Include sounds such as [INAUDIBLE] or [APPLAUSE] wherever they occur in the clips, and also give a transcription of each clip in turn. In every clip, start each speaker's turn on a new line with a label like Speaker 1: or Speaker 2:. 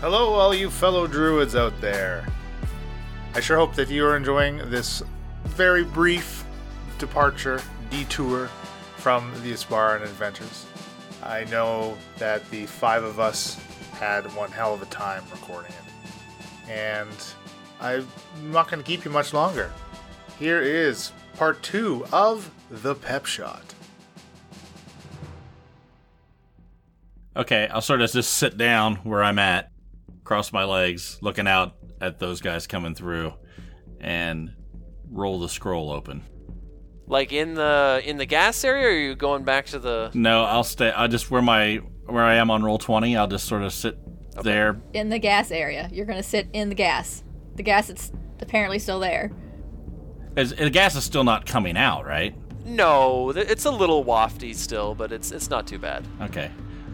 Speaker 1: Hello, all you fellow druids out there. I sure hope that you are enjoying this very brief departure, detour from the Asparan adventures. I know that the five of us had one hell of a time recording it. And I'm not going to keep you much longer. Here is part two of The Pep Shot.
Speaker 2: Okay, I'll sort of just sit down where I'm at, cross my legs, looking out at those guys coming through, and roll the scroll open.
Speaker 3: Like in the in the gas area, or are you going back to the?
Speaker 2: No, I'll stay. I just where my where I am on roll twenty. I'll just sort of sit there.
Speaker 4: in the gas area. You're gonna sit in the gas. The gas it's apparently still there.
Speaker 2: Is, the gas is still not coming out, right?
Speaker 3: No, th- it's a little wafty still, but it's it's not too bad.
Speaker 2: Okay.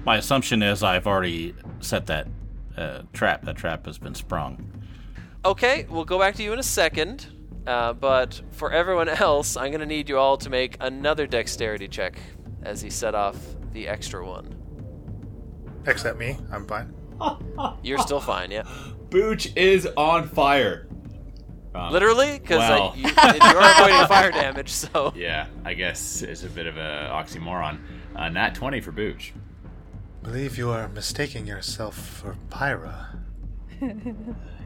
Speaker 2: My assumption is I've already set that uh, trap. That trap has been sprung.
Speaker 3: Okay, we'll go back to you in a second. Uh, but for everyone [LAUGHS] else, I'm gonna need you all to make another dexterity check as he set off the extra one.
Speaker 1: Except me, I'm fine.
Speaker 3: You're still fine, yeah.
Speaker 5: [LAUGHS] Booch is on
Speaker 3: [LAUGHS]
Speaker 5: fire. Um,
Speaker 3: Literally, because
Speaker 5: Wow.
Speaker 3: you, are
Speaker 5: [LAUGHS]
Speaker 3: avoiding fire damage, so
Speaker 5: Yeah, I guess it's a bit of a oxymoron. Uh, nat 20 for Booch.
Speaker 1: Believe you are mistaking yourself for Pyra.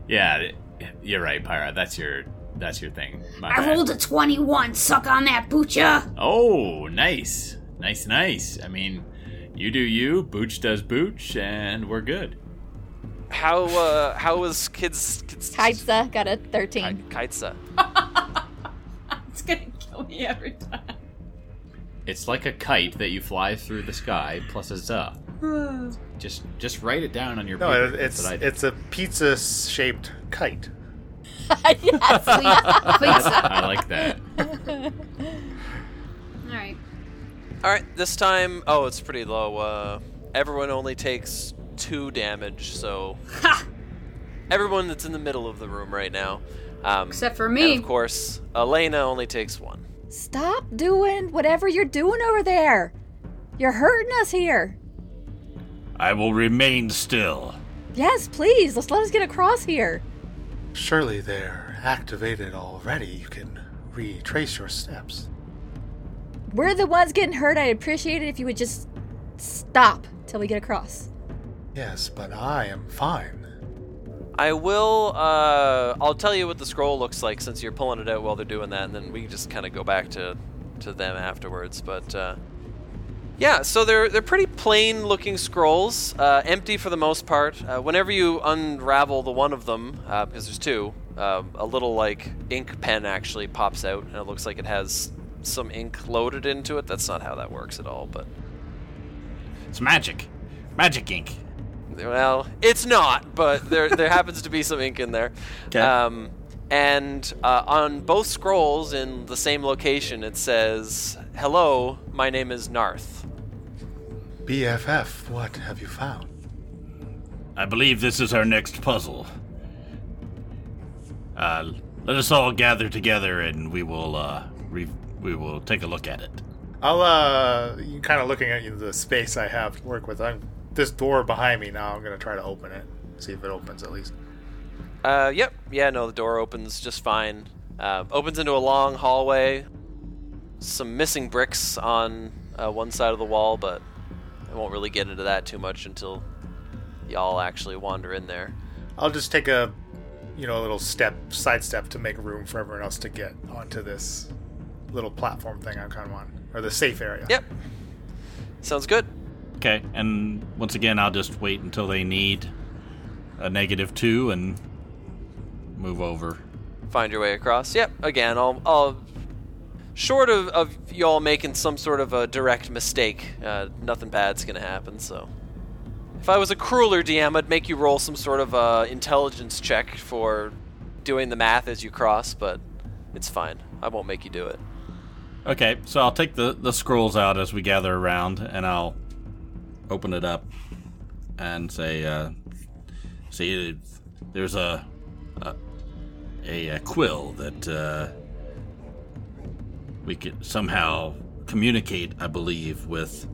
Speaker 5: Yeah, th- you're right, Pyra. That's your that's your thing. My
Speaker 6: I
Speaker 5: bad.
Speaker 6: rolled a 21. Suck on that, Butcha.
Speaker 5: Oh, nice. Nice, nice. I mean, you do you, Booch does Booch, and we're good.
Speaker 3: how uh, how was kids kids
Speaker 4: Kaitza uh, got a 13.
Speaker 3: Kaitza.
Speaker 7: [LAUGHS] It's gonna kill me every time.
Speaker 5: It's like a kite that you fly through the sky plus a za. Just just write it down on your
Speaker 1: No,
Speaker 5: paper.
Speaker 1: it,
Speaker 5: That's
Speaker 1: it's
Speaker 5: what I did.
Speaker 1: it's a pizza-shaped kite.
Speaker 4: yes,
Speaker 6: Please, please. All
Speaker 5: I like
Speaker 6: [LAUGHS]
Speaker 5: that.
Speaker 6: right.
Speaker 3: All right, this time. Oh, it's pretty low. Uh, everyone only takes two damage, so
Speaker 6: Ha!
Speaker 3: everyone that's in the middle of the room right now. Um,
Speaker 6: Except for
Speaker 3: and
Speaker 6: me.
Speaker 3: of course, Elena only takes one.
Speaker 4: Stop doing whatever you're doing over there. You're hurting us here.
Speaker 2: I will remain still.
Speaker 4: Yes, please. Let's let us get across here.
Speaker 1: Surely they're activated already. You can retrace your steps.
Speaker 4: We're the ones getting hurt. I'd appreciate it if you would just stop till we get across.
Speaker 1: Yes, but I am fine.
Speaker 3: I will. Uh, I'll tell you what the scroll looks like since you're pulling it out while they're doing that, and then we can just kind of go back to to them afterwards. But uh, yeah, so they're they're pretty plain looking scrolls, uh, empty for the most part. Uh, whenever you unravel the one of them, uh, because there's two, um, a little like ink pen actually pops out, and it looks like it has some ink loaded into it. That's not how that works at all, but
Speaker 2: It's magic, magic ink.
Speaker 3: Well, it's not, but there there happens to be some ink in there.
Speaker 2: 'Kay.
Speaker 3: Um, and uh, on both scrolls in the same location, it says, "Hello, my name is Narth."
Speaker 1: BFF, what have you found?
Speaker 2: I believe this is our next puzzle. Uh, let us all gather together, and we will uh, re- we will take a look at it.
Speaker 1: I'll, uh, you kind of looking at the space I have to work with. I'm, this door behind me now, I'm going to try to open it. See if it opens at least.
Speaker 3: Uh, yep, yeah, no, the door opens just fine. Uh, opens into a long hallway. Some missing bricks on uh, one side of the wall, but I won't really get into that too much until y'all actually wander in there.
Speaker 1: I'll just take a, you know, a little step, side step to make room for everyone else to get onto this little platform thing I'm kind of on, or the safe area.
Speaker 3: Yep, sounds good.
Speaker 2: Okay, and once again, I'll just wait until they need a negative two and move over.
Speaker 3: find your way across. Yep. Again, I'll, I'll short of, of y'all making some sort of a direct mistake, uh, nothing bad's gonna happen. So, if I was a crueler DM, I'd make you roll some sort of uh, intelligence check for doing the math as you cross, but it's fine. I won't make you do it.
Speaker 2: Okay, so I'll take the, the scrolls out as we gather around, and I'll open it up and say, uh, "See, there's a a, a quill that uh, we could somehow communicate, I believe, with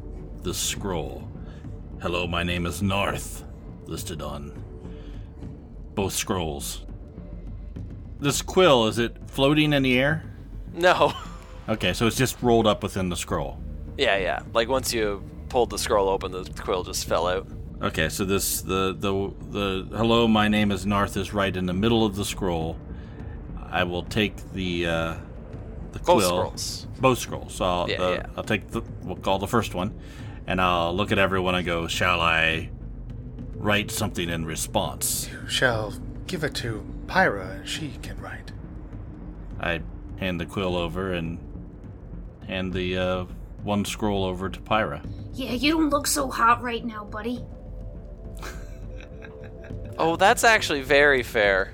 Speaker 2: this scroll. Hello, my name is Narth, listed on both scrolls. This quill, is it floating in the air?
Speaker 3: No. [LAUGHS]
Speaker 2: Okay, so it's just rolled up within the scroll.
Speaker 3: yeah, yeah. Like once you pulled the scroll open, the quill just fell out.
Speaker 2: Okay, so this the the the hello, my name is Narth is right in the middle of the scroll. I will take the uh, the quill.
Speaker 3: Both scrolls.
Speaker 2: Both scrolls. So I'll,
Speaker 3: Yeah,
Speaker 2: the-
Speaker 3: yeah.
Speaker 2: I'll take the we'll call the first one, and I'll look at everyone and go, "Shall I write something in response?"
Speaker 8: Shall give it to Pyra, and she can write.
Speaker 2: I hand the quill over and hand the uh, one scroll over to Pyra.
Speaker 9: Yeah, you don't look so hot right now, buddy.
Speaker 3: Oh, that's actually very fair.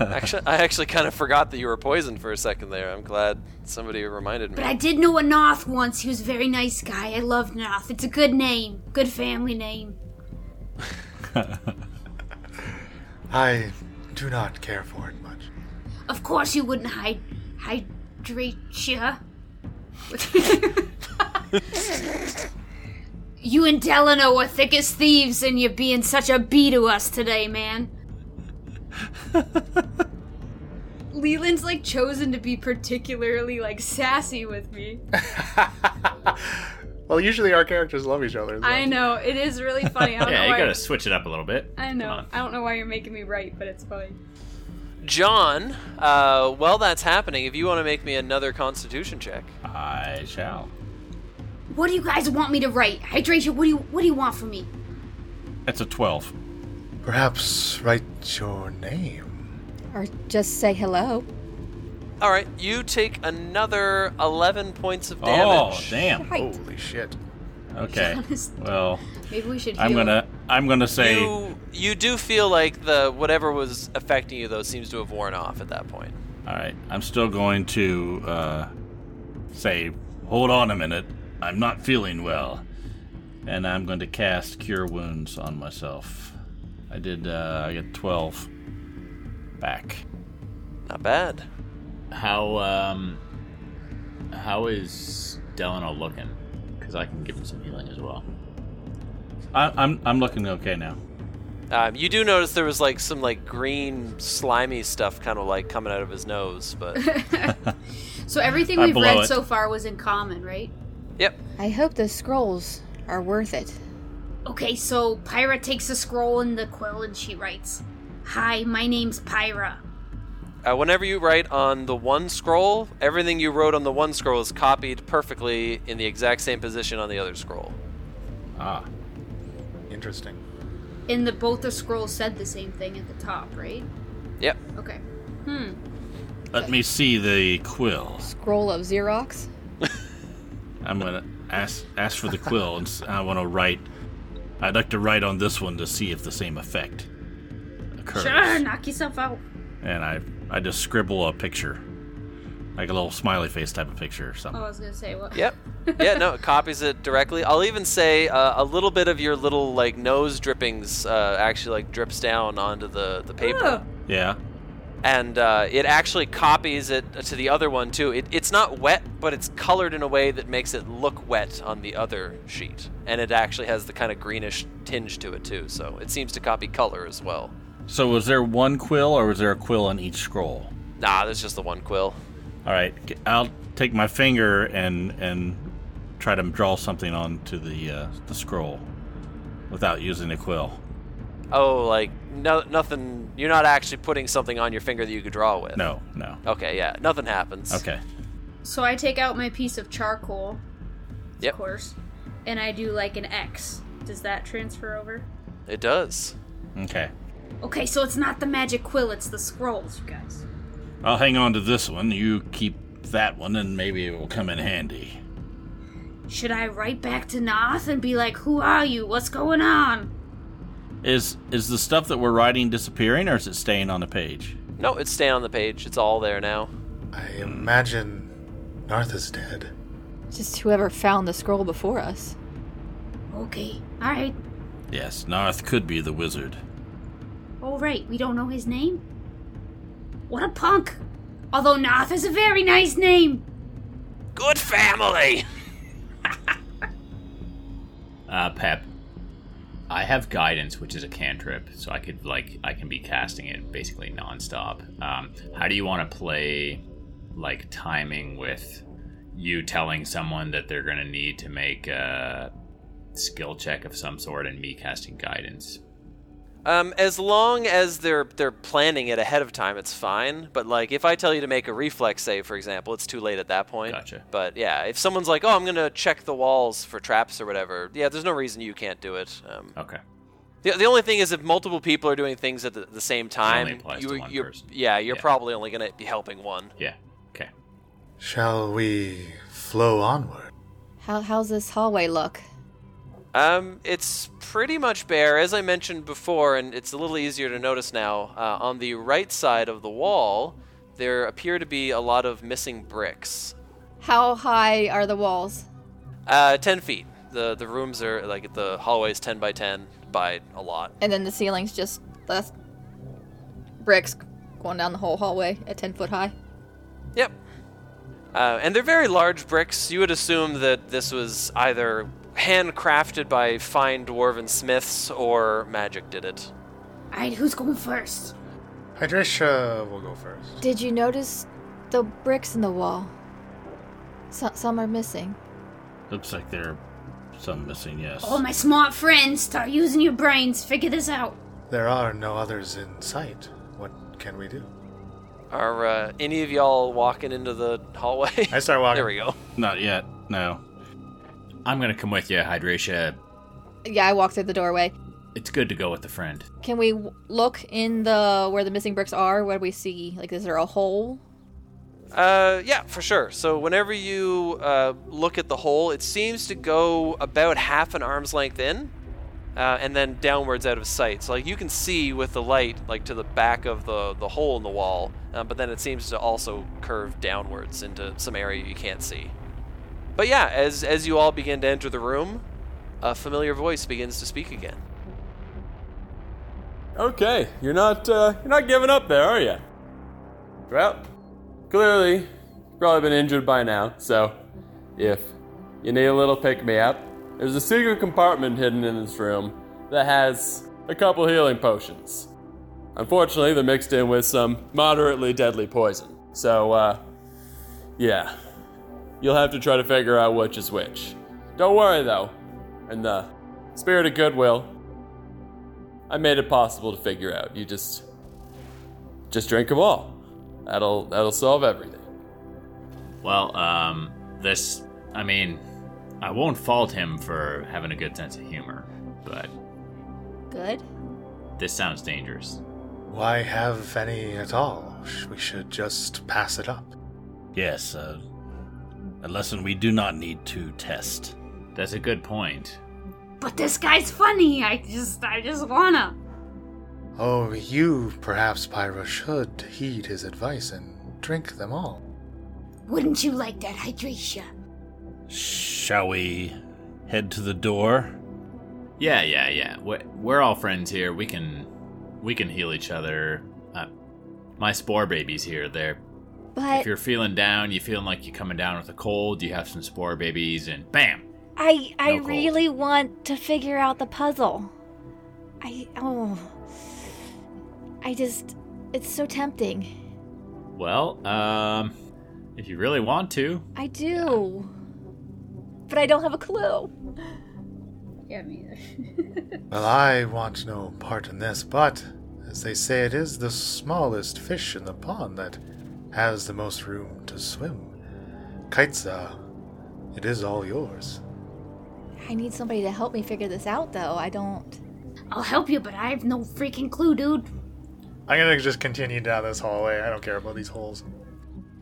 Speaker 3: actually, I actually kind of forgot that you were poisoned for a second there. I'm glad somebody reminded me.
Speaker 9: But I did know a Noth once. He was a very nice guy. I love Noth. It's a good name, good family name.
Speaker 8: I do not care for it much.
Speaker 9: Of course, you wouldn't hide, hydrate ya. [LAUGHS] you and Delano are thick as thieves, and you're being such a bee to us today, man.
Speaker 6: Leland's like chosen to be particularly like sassy with me.
Speaker 8: well, usually our characters love each other. so-
Speaker 6: I know it is really funny. I don't
Speaker 5: [LAUGHS] Yeah,
Speaker 6: know
Speaker 5: you
Speaker 6: why.
Speaker 5: gotta switch it up a little bit.
Speaker 6: I know. I don't know why you're making me right, but it's funny.
Speaker 3: John, uh, while that's happening, if you want to make me another Constitution check,
Speaker 2: I shall.
Speaker 9: What do you guys want me to write? Hydration, what do you what do you want from me?
Speaker 2: That's a twelve.
Speaker 8: Perhaps write your name.
Speaker 1: Or just say hello.
Speaker 3: all right, you take another 11 points of damage.
Speaker 2: Oh damn!
Speaker 1: Right.
Speaker 8: Holy shit.
Speaker 6: [LAUGHS]
Speaker 2: Okay. Well,
Speaker 6: Maybe we should.
Speaker 2: I'm
Speaker 6: heal.
Speaker 2: gonna I'm gonna say
Speaker 3: You you do feel like the whatever was affecting you though seems to have worn off at that point.
Speaker 2: all right. I'm still going to uh, say hold on a minute. I'm not feeling well, and I'm going to cast Cure Wounds on myself. I did. Uh, I get twelve back.
Speaker 3: Not bad.
Speaker 5: How um, how is Delano looking? Because I can give him some healing as well.
Speaker 2: I, I'm I'm looking okay now.
Speaker 3: Um, you do notice there was like some like green slimy stuff kind of like coming out of his nose, but
Speaker 6: So everything
Speaker 2: I
Speaker 6: we've
Speaker 2: blow
Speaker 6: read
Speaker 2: it.
Speaker 6: so far was in common, right?
Speaker 3: yep.
Speaker 1: I hope the scrolls are worth it.
Speaker 9: Okay, so Pyra takes a scroll and the quill and she writes, Hi, my name's Pyra.
Speaker 3: Uh, whenever you write on the one scroll, everything you wrote on the one scroll is copied perfectly in the exact same position on the other scroll.
Speaker 2: Ah,
Speaker 8: Interesting.
Speaker 6: And the both the scrolls said the same thing at the top, right?
Speaker 3: Yep.
Speaker 6: Okay. Hmm.
Speaker 2: let me see the quill.
Speaker 1: Scroll of Xerox.
Speaker 2: I'm gonna ask ask for the quill, and s- I want to write. I'd like to write on this one to see if the same effect occurs.
Speaker 9: Sure, knock yourself out.
Speaker 2: And I I just scribble a picture, like a little smiley face type of picture or
Speaker 6: Oh, I
Speaker 2: something.
Speaker 6: was gonna say what?
Speaker 3: Yep. Yeah, no, it copies it directly. I'll even say uh, a little bit of your little like nose drippings uh, actually like drips down onto the the paper.
Speaker 6: Oh,
Speaker 2: Yeah.
Speaker 3: and uh, it actually copies it to the other one too. It, it's not wet, but it's colored in a way that makes it look wet on the other sheet, and it actually has the kind of greenish tinge to it too. So it seems to copy color as well.
Speaker 2: So was there one quill, or was there a quill on each scroll?
Speaker 3: Nah, there's just the one quill.
Speaker 2: All right, g- I'll take my finger and and try to draw something onto the uh, the scroll without using a quill.
Speaker 3: Oh, like no, nothing. You're not actually putting something on your finger that you could draw with.
Speaker 2: No, no.
Speaker 3: Okay, yeah, nothing happens.
Speaker 2: Okay.
Speaker 6: so I take out my piece of charcoal,
Speaker 3: Yep,
Speaker 6: of course, and I do like an X. Does that transfer over?
Speaker 3: it does.
Speaker 2: Okay.
Speaker 9: Okay, so it's not the magic quill, it's the scrolls, you guys.
Speaker 2: I'll hang on to this one. You keep that one, and maybe it will come in handy.
Speaker 9: Should I write back to Noth and be like, Who are you? What's going on?
Speaker 2: Is is the stuff that we're writing disappearing, or is it staying on the page?
Speaker 3: No, it's staying on the page. It's all there now.
Speaker 8: I imagine Nartha's dead.
Speaker 1: Just whoever found the scroll before us.
Speaker 9: Okay, alright.
Speaker 2: Yes, Narth could be the wizard.
Speaker 9: All "Oh, right, we don't know his name? What a punk! Although Noth is a very nice name!
Speaker 5: [LAUGHS]
Speaker 3: Good family.
Speaker 5: Uh, Pep, I have guidance, which is a cantrip, so I could like I can be casting it basically nonstop. Um, how do you want to play, like timing with you telling someone that they're gonna need to make a skill check of some sort, and me casting guidance?
Speaker 3: Um, as long as they're they're planning it ahead of time, it's fine. But like, if I tell you to make a reflex save, for example, it's too late at that point.
Speaker 5: Gotcha.
Speaker 3: But yeah, if someone's like, "Oh, I'm gonna check the walls for traps or whatever," yeah, there's no reason you can't do it. Um,
Speaker 5: Okay.
Speaker 3: the, the only thing is if multiple people are doing things at the, the same time,
Speaker 5: applies
Speaker 3: you,
Speaker 5: to one
Speaker 3: you're
Speaker 5: person.
Speaker 3: yeah, you're
Speaker 5: Yeah.
Speaker 3: probably only gonna be helping one.
Speaker 5: Yeah. Okay.
Speaker 8: Shall we flow onward?
Speaker 1: How, how's this hallway look?
Speaker 3: Um, it's pretty much bare, as I mentioned before, and it's a little easier to notice now. Uh, on the right side of the wall, there appear to be a lot of missing bricks.
Speaker 1: How high are the walls?
Speaker 3: Uh, ten feet. The the rooms are like the hallways ten by ten by a lot.
Speaker 1: And then the ceiling's just the bricks going down the whole hallway at 10 foot high.
Speaker 3: Yep. Uh, and they're very large bricks. You would assume that this was either handcrafted by fine dwarven smiths or magic did it.
Speaker 9: Alright, who's going first?
Speaker 8: Hydrisha will go first.
Speaker 1: Did you notice the bricks in the wall? So, some are missing.
Speaker 2: Looks like there are some missing, yes.
Speaker 9: All my smart friends, start using your brains. Figure this out.
Speaker 8: There are no others in sight. What can we do?
Speaker 3: Are uh, any of y'all walking into the hallway?
Speaker 8: I start walking.
Speaker 3: [LAUGHS] there we go.
Speaker 2: Not yet, no.
Speaker 5: I'm gonna come with you, Hydratia.
Speaker 1: Yeah, I walked through the doorway.
Speaker 5: It's good to go with a friend.
Speaker 1: Can we w- look in the where the missing bricks are? What do we see? Like, is there a hole?
Speaker 3: Uh, yeah, for sure. So whenever you uh, look at the hole, it seems to go about half an arm's length in, uh, and then downwards out of sight. So like you can see with the light, like to the back of the the hole in the wall, uh, but then it seems to also curve downwards into some area you can't see. But yeah, as as you all begin to enter the room, a familiar voice begins to speak again.
Speaker 10: Okay, you're not uh, you're not giving up there, are you? Well, clearly, you've probably been injured by now. So, if you need a little pick me up, there's a secret compartment hidden in this room that has a couple healing potions. Unfortunately, they're mixed in with some moderately deadly poison. So, uh, yeah, you'll have to try to figure out which is which. Don't worry though, in the spirit of goodwill, I made it possible to figure out. You just just drink them all. That'll that'll solve everything.
Speaker 5: Well, um, this, I mean, I won't fault him for having a good sense of humor, but
Speaker 1: Good.
Speaker 5: this sounds dangerous.
Speaker 8: Why have any at all? Sh- We should just pass it up.
Speaker 2: Yes, uh, a lesson we do not need to test.
Speaker 5: That's a good point.
Speaker 9: But this guy's funny. I just, I just wanna.
Speaker 8: Oh, you, perhaps, Pyro, should heed his advice and drink them all.
Speaker 9: Wouldn't you like that, Hydratia?
Speaker 2: Shall we head to the door?
Speaker 5: Yeah, yeah, yeah. We're, we're all friends here. We can, we can heal each other. Uh, my spore baby's here. There. If
Speaker 1: But
Speaker 5: you're feeling down, you feeling like you're coming down with a cold, you have some spore babies, and bam.
Speaker 1: I I
Speaker 5: No gold.
Speaker 1: really want to figure out the puzzle. I oh. I just it's so tempting.
Speaker 5: Well, um, if you really want to,
Speaker 1: I do. But I don't have a [LAUGHS] clue.
Speaker 6: Yeah, me either.
Speaker 8: Well, I want no part in this, but as they say, it is the smallest fish in the pond that has the most room to swim. Kaitza, it is all yours.
Speaker 1: I need somebody to help me figure this out though. I don't
Speaker 9: I'll help you, but I have no freaking clue, dude.
Speaker 8: I'm gonna just continue down this hallway. I don't care about these holes.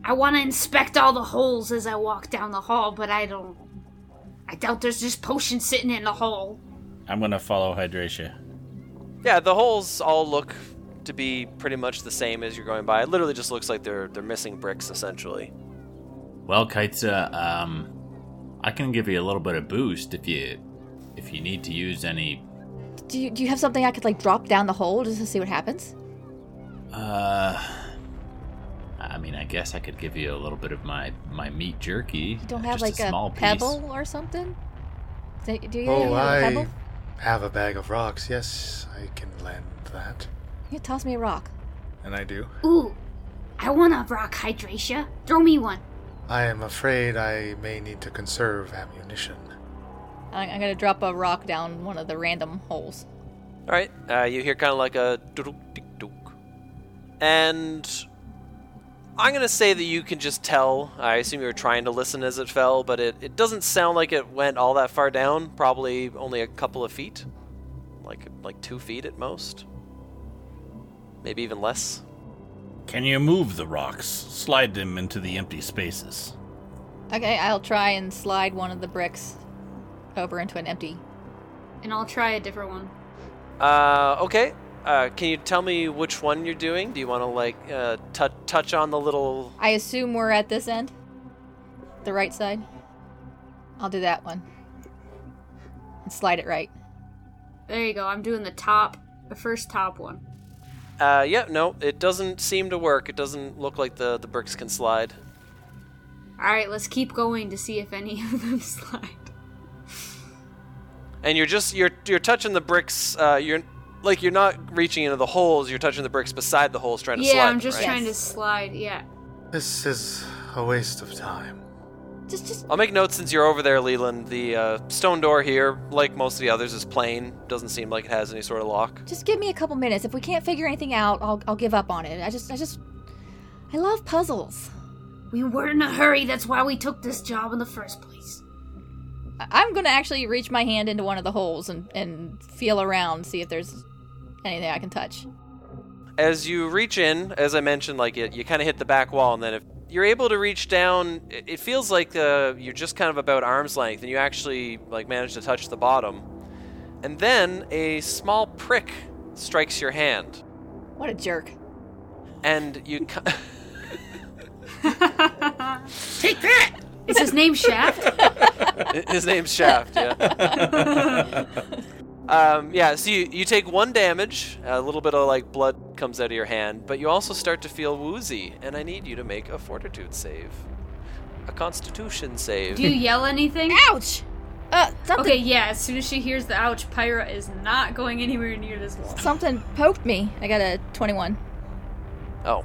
Speaker 9: I wanna inspect all the holes as I walk down the hall, but I don't. I doubt there's just potions sitting in the hole.
Speaker 2: I'm gonna follow Hydratia.
Speaker 3: Yeah, the holes all look to be pretty much the same as you're going by. It literally just looks like they're they're missing bricks essentially.
Speaker 5: Well, Kaitza, um, I can give you a little bit of boost if you if you need to use any.
Speaker 1: do you, do you have something I could like drop down the hole just to see what happens?
Speaker 5: Uh, I mean, I guess I could give you a little bit of my my meat jerky.
Speaker 1: You don't
Speaker 5: uh,
Speaker 1: have
Speaker 5: just
Speaker 1: like a,
Speaker 5: small
Speaker 1: pebble or something? Do do you have
Speaker 8: Oh,
Speaker 1: a
Speaker 8: I-
Speaker 1: pebble?
Speaker 8: have a bag of rocks. Yes, I can lend that.
Speaker 11: You toss me a rock.
Speaker 8: And I do.
Speaker 6: Ooh, I want a rock hydratia. Throw me one.
Speaker 8: I am afraid I may need to conserve ammunition.
Speaker 4: I- I'm gonna drop a rock down one of the random holes.
Speaker 3: All right. Uh, you hear kind of like a doodle tick dook, and I'm gonna say that you can just tell. I assume you were trying to listen as it fell, but it, it doesn't sound like it went all that far down. Probably only a couple of feet, like like two feet at most, maybe even less.
Speaker 2: Can you move the rocks? Slide them into the empty spaces.
Speaker 4: Okay, I'll try and slide one of the bricks over into an empty.
Speaker 6: And I'll try a different one.
Speaker 3: Uh, okay. Uh, can you tell me which one you're doing? Do you want to like uh, t- touch on the little?
Speaker 4: I assume we're at this end? The right side? I'll do that one. And slide it right.
Speaker 6: There you go. I'm doing the top, the first top one.
Speaker 3: Uh, yeah, no, it doesn't seem to work. It doesn't look like the the bricks can slide.
Speaker 6: All right, let's keep going to see if any [LAUGHS] of them slide.
Speaker 3: and you're just you're you're touching the bricks. Uh, you're like you're not reaching into the holes. You're touching the bricks beside the holes, trying to
Speaker 6: yeah,
Speaker 3: slide.
Speaker 6: I'm
Speaker 3: them,
Speaker 6: just
Speaker 3: right?
Speaker 6: trying to slide. Yeah.
Speaker 8: This is a waste of time.
Speaker 4: Just, just.
Speaker 3: I'll make notes since you're over there, Leland. The uh, stone door here, like most of the others, is plain. Doesn't seem like it has any sort of lock.
Speaker 4: Just give me a couple minutes. If we can't figure anything out, I'll, I'll give up on it. I just, I just, I love puzzles.
Speaker 6: We were in a hurry. That's why we took this job in the first place.
Speaker 4: I- I'm gonna actually reach my hand into one of the holes and, and feel around, see if there's anything I can touch.
Speaker 3: As you reach in, as I mentioned, like it, you kind of hit the back wall, and then if you're able to reach down, it, it feels like uh, you're just kind of about arm's length, and you actually like manage to touch the bottom, and then a small prick strikes your hand.
Speaker 4: What a jerk.
Speaker 3: and you [LAUGHS] ca-
Speaker 6: Take that. Is his name Shaft?
Speaker 3: his name's Shaft,
Speaker 6: [LAUGHS]
Speaker 3: yeah. um, yeah, so you, you take one damage, a little bit of like blood comes out of your hand, but you also start to feel woozy, and I need you to make a fortitude save. A constitution save.
Speaker 6: Do you yell anything?
Speaker 4: Ouch! Uh, something,
Speaker 6: Okay, yeah. As soon as she hears the ouch, Pyra is not going anywhere near this wall.
Speaker 4: something poked me. I got a 21.
Speaker 3: oh.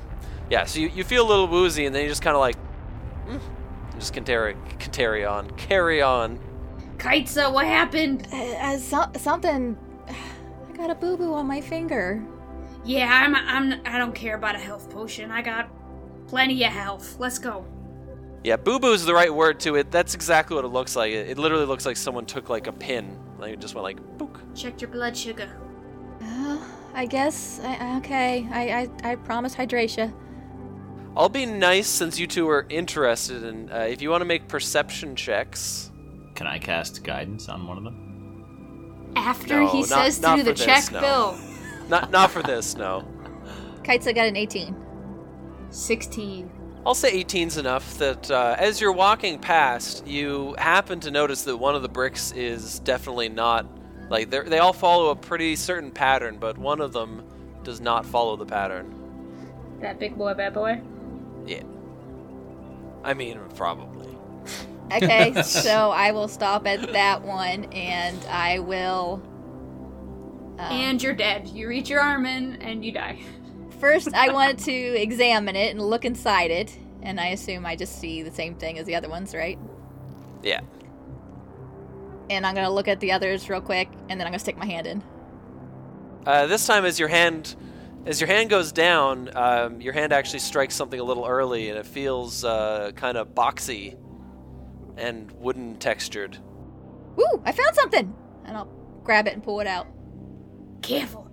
Speaker 3: Yeah, so you, you feel a little woozy and then you just kinda like "Mm," and just can carry, can carry on. Carry on.
Speaker 6: Kaitza, what happened?
Speaker 4: Uh, uh, so- something. [SIGHS] I got a boo boo on my finger.
Speaker 6: Yeah, I'm. I'm. I don't care about a health potion. I got plenty of health. Let's go.
Speaker 3: Yeah, boo boo is the right word to it. That's exactly what it looks like. It, it literally looks like someone took like a pin. Like it just went like book.
Speaker 6: Check your blood sugar.
Speaker 4: Uh, I guess. I, I- okay. I, I, I promise Hydratia.
Speaker 3: I'll be nice since you two are interested, and uh, if you want to make perception checks,
Speaker 12: Can I cast guidance on one of them?
Speaker 6: After
Speaker 3: No,
Speaker 6: he
Speaker 3: not-
Speaker 6: says
Speaker 3: not
Speaker 6: through the
Speaker 3: for this,
Speaker 6: check
Speaker 3: no.
Speaker 6: bill.
Speaker 3: not not for this, no.
Speaker 4: Kaitza got an 18.
Speaker 6: 16.
Speaker 3: I'll say 18's enough that uh, as you're walking past, you happen to notice that one of the bricks is definitely not like they're- they all follow a pretty certain pattern, but one of them does not follow the pattern.
Speaker 6: [LAUGHS] That big boy, bad boy.
Speaker 3: Yeah, I mean probably. [LAUGHS]
Speaker 4: Okay, so I will stop at that one and I will. Um,
Speaker 6: And you're dead. You reach your arm in and you die.
Speaker 4: first,
Speaker 6: [LAUGHS]
Speaker 4: I want to examine it and look inside it. And I assume I just see the same thing as the other ones, right?
Speaker 3: Yeah.
Speaker 4: And I'm gonna look at the others real quick, and then I'm gonna stick my hand in.
Speaker 3: Uh, this time, as your hand, as your hand goes down, um, your hand actually strikes something a little early, and it feels uh, kind of boxy and wooden textured.
Speaker 4: Woo! I found something! And I'll grab it and pull it out.
Speaker 6: Careful.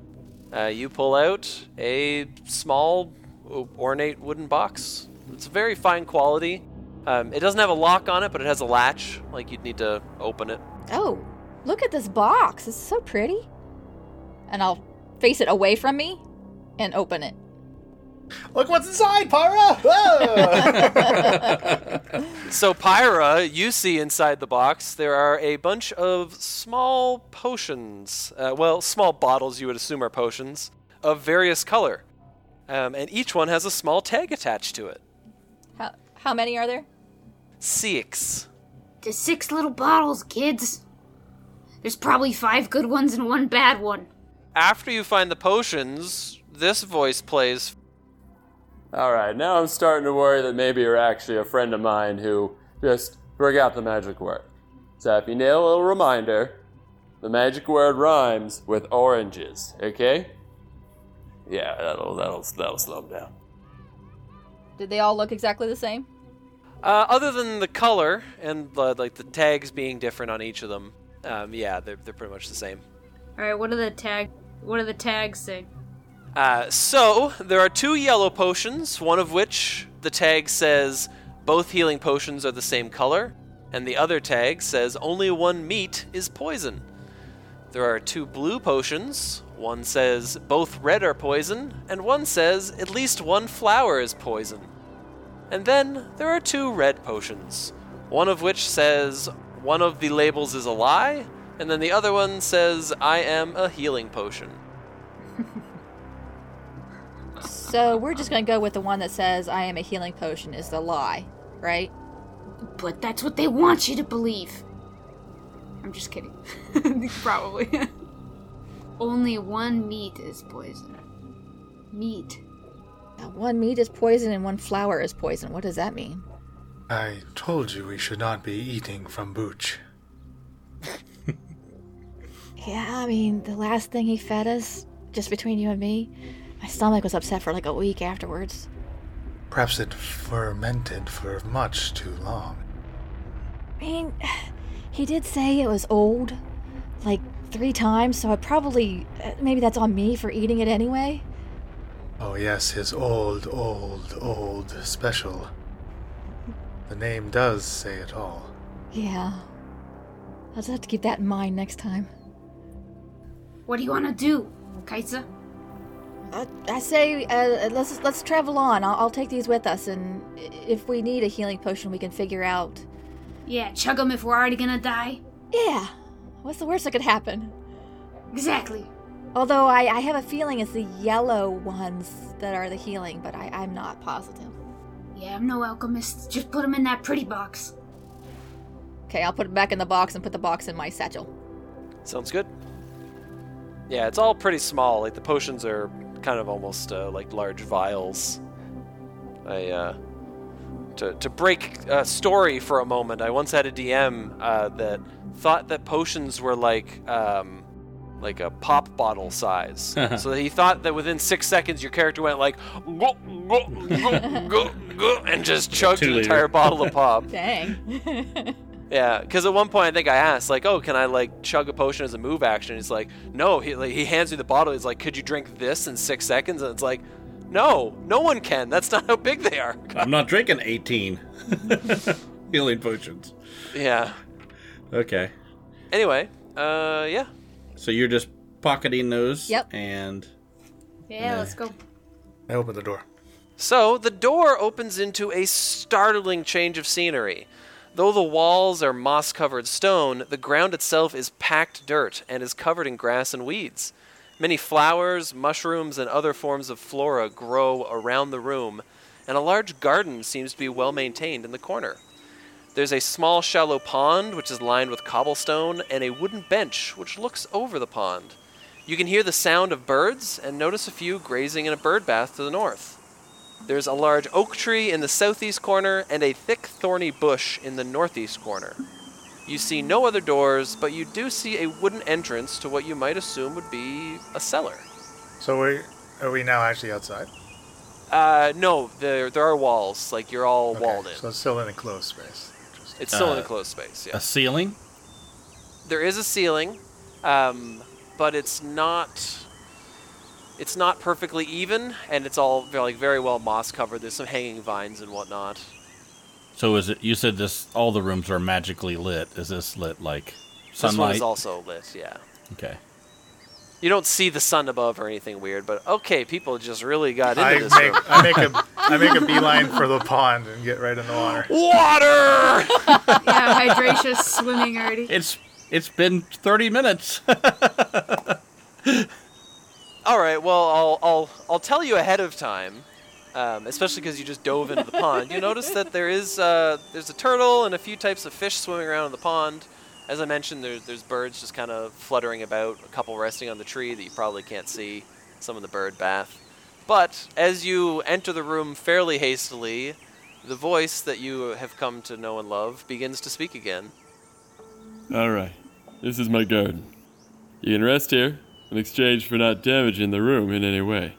Speaker 3: Uh, you pull out a small, o- ornate wooden box. It's very fine quality. Um, it doesn't have a lock on it, but it has a latch. Like you'd need to open it.
Speaker 4: Oh, look at this box. It's so pretty. And I'll face it away from me and open it.
Speaker 8: Look what's inside, Pyra! Whoa!
Speaker 3: [LAUGHS] So, Pyra, you see inside the box there are a bunch of small potions. Uh, well, small bottles you would assume are potions of various color, um, and each one has a small tag attached to it.
Speaker 4: [LAUGHS] How, how many are there?
Speaker 3: Six.
Speaker 6: There's six little bottles, kids.
Speaker 9: There's probably five good ones and one bad one. [LAUGHS]
Speaker 3: After you find the potions, this voice plays.
Speaker 10: All right, now I'm starting to worry that maybe you're actually a friend of mine who just forgot the magic word. So if you need a little reminder, the magic word rhymes with oranges. Okay? Yeah, that'll that'll that'll slow him down.
Speaker 13: Did they all look exactly the same?
Speaker 3: Uh, other than the color and the, like the tags being different on each of them, um, yeah, they're, they're pretty much the same.
Speaker 6: All right, what are the tag? What do the tags say?
Speaker 3: Uh, so there are two yellow potions, one of which the tag says both healing potions are the same color, and the other tag says only one meat is poison. There are two blue potions. One says both red are poison, and one says at least one flower is poison. And then there are two red potions, one of which says one of the labels is a lie, and then the other one says I am a healing potion.
Speaker 13: So we're just gonna go with the one that says I am a healing potion is the lie, right?
Speaker 9: But that's what they want you to believe. I'm just kidding. Probably. Only one meat is
Speaker 6: [LAUGHS]
Speaker 9: poison. Meat.
Speaker 13: Now, one meat is poison and one flower is poison. What does that mean?
Speaker 8: I told you we should not be eating from Booch.
Speaker 13: Yeah, I mean, the last thing he fed us, just between you and me, my stomach was upset for like a week afterwards.
Speaker 8: Perhaps it fermented for much too long.
Speaker 13: I mean, [SIGHS] he did say it was old, like three times, so I probably, uh, maybe that's on me for eating it anyway.
Speaker 8: Oh, yes, his old, old, old special. The name does say it all.
Speaker 13: Yeah. I'll just have to keep that in mind next time.
Speaker 9: What do you want to do, Kaisa?
Speaker 13: I, I say, uh, let's let's travel on. I'll, I'll take these with us, and i- if we need a healing potion, we can figure out.
Speaker 9: Yeah, chug 'em if we're already gonna die.
Speaker 13: Yeah, what's the worst that could happen?
Speaker 9: Exactly.
Speaker 13: Although I, I have a feeling it's the yellow ones that are the healing, but I, I'm not positive.
Speaker 9: Yeah, I'm no alchemist. Just put 'em in that pretty box.
Speaker 13: Okay, I'll put it back in the box and put the box in my satchel.
Speaker 3: Sounds good. Yeah, it's all pretty small. Like the potions are kind of almost uh, like large vials. I uh, to to break a story for a moment. I once had a DM uh, that thought that potions were like um, like a pop bottle size. so he thought that within six seconds your character went like "Gulp, gulp, gulp, gulp, gulp," and just chugged
Speaker 2: Two
Speaker 3: an
Speaker 2: liter.
Speaker 3: entire bottle of pop.
Speaker 13: Dang.
Speaker 3: Yeah, because at one point I think I asked, like, "Oh, can I like chug a potion as a move action?" He's like, "No." He like, he hands me the bottle. He's like, "Could you drink this in six seconds?" And it's like, "No, no one can. That's not how big they are."
Speaker 2: I'm not drinking 18 [LAUGHS] healing potions.
Speaker 3: yeah.
Speaker 2: Okay.
Speaker 3: Anyway, uh, yeah.
Speaker 2: So you're just pocketing those.
Speaker 13: Yep.
Speaker 2: And
Speaker 6: Yeah, let's go.
Speaker 8: I opened the door.
Speaker 3: So the door opens into a startling change of scenery. Though the walls are moss covered stone, the ground itself is packed dirt and is covered in grass and weeds. Many flowers, mushrooms, and other forms of flora grow around the room, and a large garden seems to be well maintained in the corner. There's a small, shallow pond which is lined with cobblestone and a wooden bench which looks over the pond. You can hear the sound of birds and notice a few grazing in a bird bath to the north. There's a large oak tree in the southeast corner and a thick thorny bush in the northeast corner. You see no other doors, but you do see a wooden entrance to what you might assume would be a cellar.
Speaker 8: So we are we now actually outside?
Speaker 3: Uh, no, there, there are walls. Like, you're all
Speaker 8: Okay,
Speaker 3: walled in.
Speaker 8: So it's still in a closed space. Interesting.
Speaker 3: It's still in
Speaker 2: Uh,
Speaker 3: a closed space, yeah.
Speaker 2: a ceiling.
Speaker 3: there is a ceiling, um, but it's not it's not perfectly even, and it's all very, like very well moss covered. There's some hanging vines and whatnot.
Speaker 2: So is it? You said this. All the rooms are magically lit. Is this lit like
Speaker 3: This one
Speaker 2: sunlight?
Speaker 3: is also lit, yeah.
Speaker 2: okay.
Speaker 3: You don't see the sun above or anything weird, but okay, people just really got into
Speaker 8: I
Speaker 3: this. room.
Speaker 8: make I make a I make a beeline for the pond and get right in the water.
Speaker 3: Water!
Speaker 6: Yeah, Hydratia's swimming already.
Speaker 2: It's it's been 30 minutes.
Speaker 3: All right, well, I'll, I'll, I'll tell you ahead of time, um, especially because you just dove into the pond. You notice that there is uh, there's a turtle and a few types of fish swimming around in the pond. as I mentioned, there, there's birds just kind of fluttering about, a couple resting on the tree that you probably can't see, some in the bird bath. But as you enter the room fairly hastily, the voice that you have come to know and love begins to speak again.
Speaker 10: All right. This is my garden. You can rest here in exchange for not damaging the room in any way.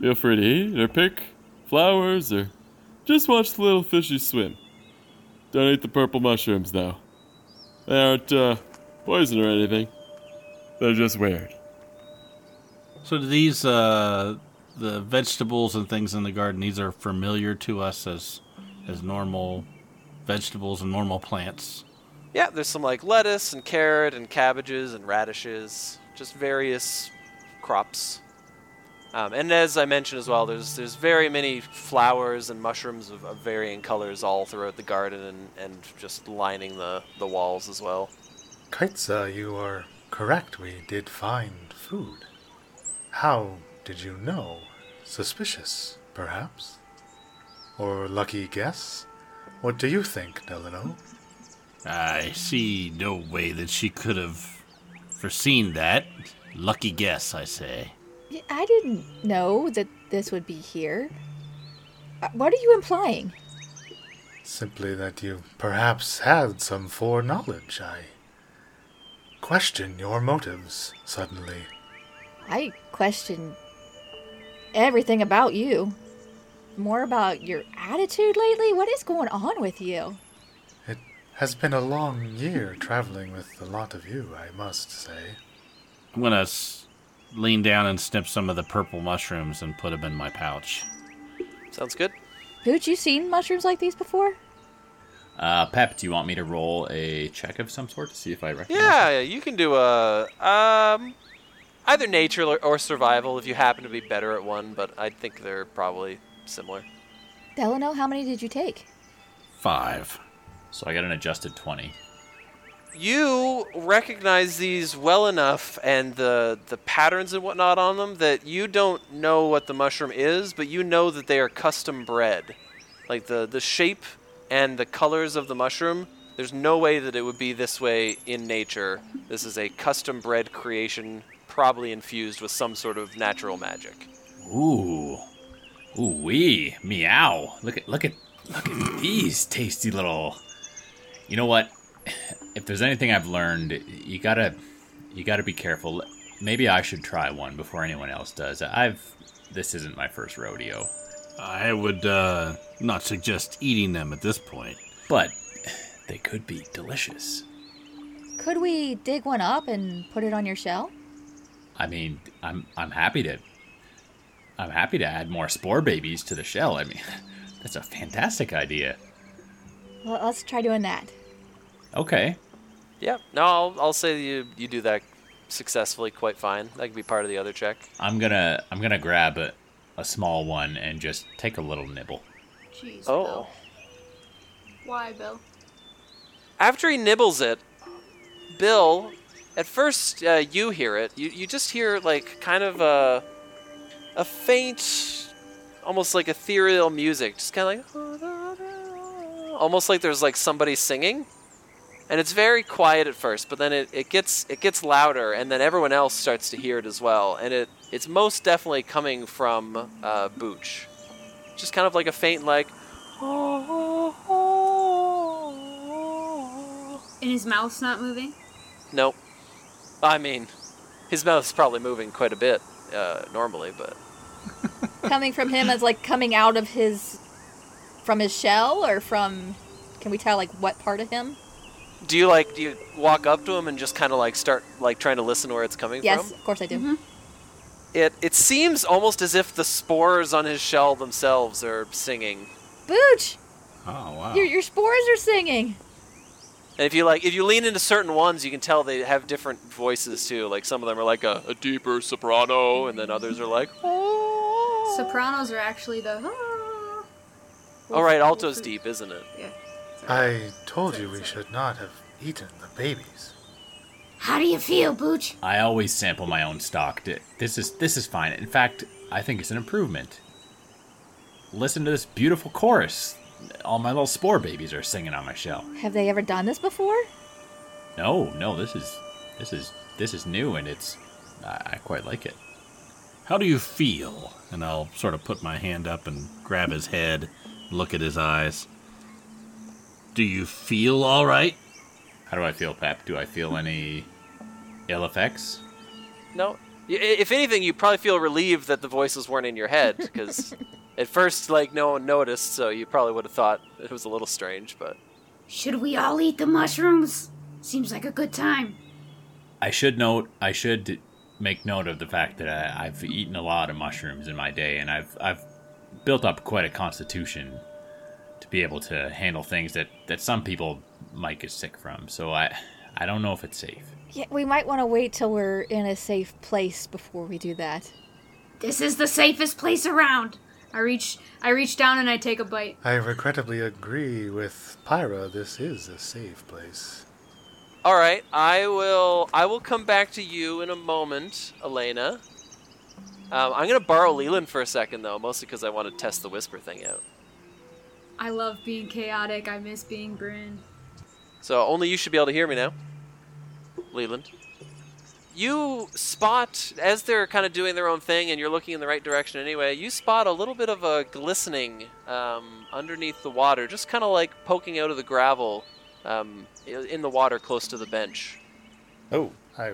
Speaker 10: Feel free to eat or pick flowers or just watch the little fishies swim. Don't eat the purple mushrooms, though. They aren't uh, poison or anything. They're just weird.
Speaker 2: [LAUGHS] So do these uh, the vegetables and things in the garden? These are familiar to us as as normal vegetables and normal plants.
Speaker 3: Yeah, there's some like lettuce and carrot and cabbages and radishes, just various crops. Um, and as I mentioned as well, there's there's very many flowers and mushrooms of, of varying colors all throughout the garden and, and just lining the, the walls as well.
Speaker 8: Kaitza, you are correct. We did find food. How did you know? Suspicious, perhaps? Or lucky guess? What do you think, Delano?
Speaker 2: I see no way that she could have foreseen that. Lucky guess, I say.
Speaker 13: Y- I didn't know that this would be here. Uh, What are you implying?
Speaker 8: Simply that you perhaps had some foreknowledge. I question your motives suddenly.
Speaker 13: I question everything about you. More about your attitude lately? What is going on with you?
Speaker 8: It has been a long year traveling with the lot of you, I must say.
Speaker 2: I'm gonna s- lean down and snip some of the purple mushrooms and put them in my pouch.
Speaker 3: Sounds good.
Speaker 13: Booch, you seen mushrooms like these before?
Speaker 5: Uh, Pep, do you want me to roll a check of some sort to see if I recognize?
Speaker 3: Yeah, you can do a um, either nature or, or survival if you happen to be better at one, but I think they're probably similar.
Speaker 13: Delano, how many did you take?
Speaker 2: Five.
Speaker 5: So I got an adjusted twenty.
Speaker 3: You recognize these well enough and the the patterns and whatnot on them that you don't know what the mushroom is, but you know that they are custom bred. Like the the shape and the colors of the mushroom, there's no way that it would be this way in nature. This is a custom bred creation, probably infused with some sort of natural magic.
Speaker 5: Ooh, ooh wee, meow! Look at look at look at these tasty little. You know what? If there's anything I've learned, you gotta you gotta be careful. Maybe I should try one before anyone else does. I've this isn't my first rodeo,
Speaker 2: I would uh, not suggest eating them at this point.
Speaker 5: but they could be delicious.
Speaker 13: Could we dig one up and put it on
Speaker 3: [LAUGHS]
Speaker 13: your shell?
Speaker 5: I mean, I'm I'm happy to I'm happy to add more spore babies to the shell. I mean, [LAUGHS] that's a fantastic idea.
Speaker 13: Well, let's try doing that.
Speaker 5: Okay.
Speaker 3: Yeah, no, I'll, I'll say you you do that successfully quite fine. That could be part of the other check.
Speaker 5: I'm going to I'm going to grab a, a small one and just take a little nibble.
Speaker 9: Jeez,
Speaker 3: Oh.
Speaker 9: Bill. Why, Bill?
Speaker 3: After he nibbles it, Bill, at first uh, you hear it. You, you just hear like kind of a a faint, almost like ethereal music, just kind of like almost like there's like somebody singing, and it's very quiet at first. But then it, it gets it gets louder, and then everyone else starts to hear it as well. And it it's most definitely coming from uh, Booch, just kind of like a faint like.
Speaker 9: And his mouth's not moving?
Speaker 3: Nope. I mean, his mouth's probably moving quite a bit uh, normally, but
Speaker 13: coming from him as like coming out of his from his shell or from can we tell like what part of him
Speaker 3: do you like do you walk up to him and just kind of like start like trying to listen where it's coming
Speaker 13: yes
Speaker 3: from?
Speaker 13: of course i do
Speaker 3: It it seems almost as if the spores on his shell themselves are singing.
Speaker 13: booch
Speaker 2: Oh wow!
Speaker 13: your, your spores are singing
Speaker 3: And if you like if you lean into certain ones, you can tell they have different voices too. Like some of them are like a, a deeper soprano and then others are like
Speaker 9: Sopranos are actually the. Ah.
Speaker 3: All right, alto's deep, isn't it?
Speaker 9: Yeah.
Speaker 8: I told you we should not have eaten the babies.
Speaker 9: How do you feel, Booch?
Speaker 5: I always sample my own stock. D- This is this is fine. In fact, I think it's an improvement. Listen to this beautiful chorus. All my little spore babies are singing on my shell.
Speaker 13: have they ever done this before
Speaker 5: No, no, this is this is this is new, and it's I, I quite like it.
Speaker 2: How do you feel? And I'll sort of put my hand up and grab his head, look at his eyes. Do you feel all right?
Speaker 5: How do I feel, Pap? Do I feel any ill effects?
Speaker 3: No. Y- i- If anything, you probably feel relieved that the voices weren't in your head because at first, like, no one noticed, so you probably would have thought it was a little strange. But
Speaker 9: Should we all eat the mushrooms? Seems like a good time.
Speaker 5: I should note. I should make note of the fact that I, I've eaten a lot of mushrooms in my day, and I've I've built up quite a constitution to be able to handle things that that some people might get sick from. So I I don't know if it's safe.
Speaker 13: Yeah, we might want to wait till we're in a safe place before we do that.
Speaker 9: This is the safest place around.
Speaker 6: I reach I reach down and I take a bite.
Speaker 8: I regrettably agree with Pyra. This is a safe place.
Speaker 3: all right, I will. I will come back to you in a moment, Elena. Um, I'm gonna borrow Leland for a second though, mostly because I want to test the whisper thing out.
Speaker 6: I love being chaotic. I miss being Bryn.
Speaker 3: So only you should be able to hear me now. Leland. You spot, as they're kind of doing their own thing and you're looking in the right direction anyway, you spot a little bit of a glistening um, underneath the water, just kind of like poking out of the gravel um, i- in the water close to the bench.
Speaker 8: Oh, I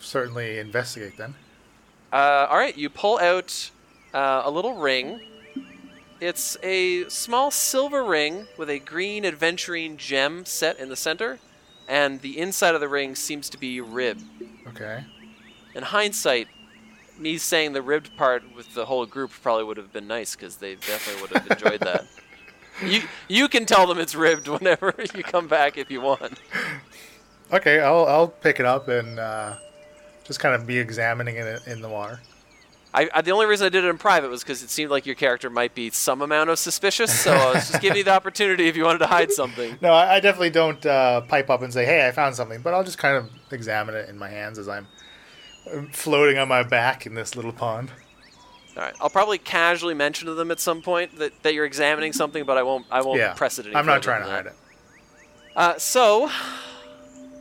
Speaker 8: certainly investigate then.
Speaker 3: Uh, all right, you pull out uh, a little ring. It's a small silver ring with a green adventuring gem set in the center, and the inside of the ring seems to be ribbed.
Speaker 8: Okay.
Speaker 3: In hindsight, me saying the ribbed part with the whole group probably would have been nice because they definitely would have
Speaker 8: [LAUGHS]
Speaker 3: enjoyed that. You you can tell them it's ribbed [LAUGHS] whenever you come back if you want.
Speaker 8: Okay, I'll I'll pick it up and uh, just kind of be examining it in the water.
Speaker 3: I, I the only reason I did it in private was because it seemed like your character might be some amount of suspicious, so I was just giving you the opportunity if you wanted to hide something.
Speaker 8: [LAUGHS] No, I, I definitely don't uh, pipe up and say, "Hey, I found something," but I'll just kind of examine it in my hands as I'm um, floating on my back in this little pond.
Speaker 3: All right, I'll probably casually mention to them at some point that, that you're examining something, but I won't I won't
Speaker 8: yeah,
Speaker 3: press it. Any
Speaker 8: I'm not
Speaker 3: further
Speaker 8: trying to
Speaker 3: than
Speaker 8: hide
Speaker 3: that.
Speaker 8: it.
Speaker 3: Uh, so,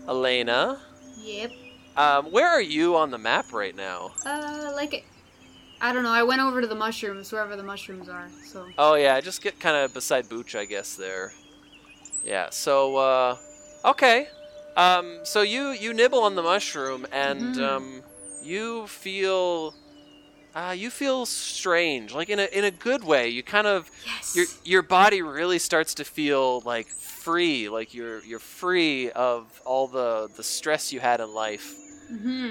Speaker 3: Elena,
Speaker 6: Yep.
Speaker 3: um, where are you on the map right now?
Speaker 6: Uh, like, I don't know. I went over to the mushrooms, wherever the mushrooms are. So
Speaker 3: Oh yeah, I just get kind of beside Booch, I guess there. Yeah. So uh, okay. Um, so you you nibble on the mushroom and um, you feel uh, you feel strange, like in a in a good way. You kind of
Speaker 6: yes.
Speaker 3: your your body really starts to feel like free, like you're you're free of all the the stress you had in life.
Speaker 6: hmm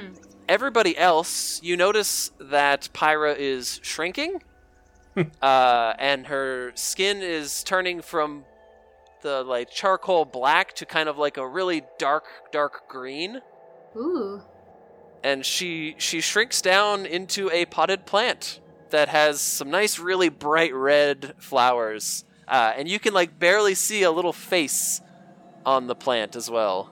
Speaker 3: Everybody else, you notice that Pyra is shrinking, uh, and her skin is turning from the like charcoal black to kind of like a really dark dark green,
Speaker 6: Ooh.
Speaker 3: and she she shrinks down into a potted plant that has some nice really bright red flowers, uh, and you can like barely see a little face on the plant as well.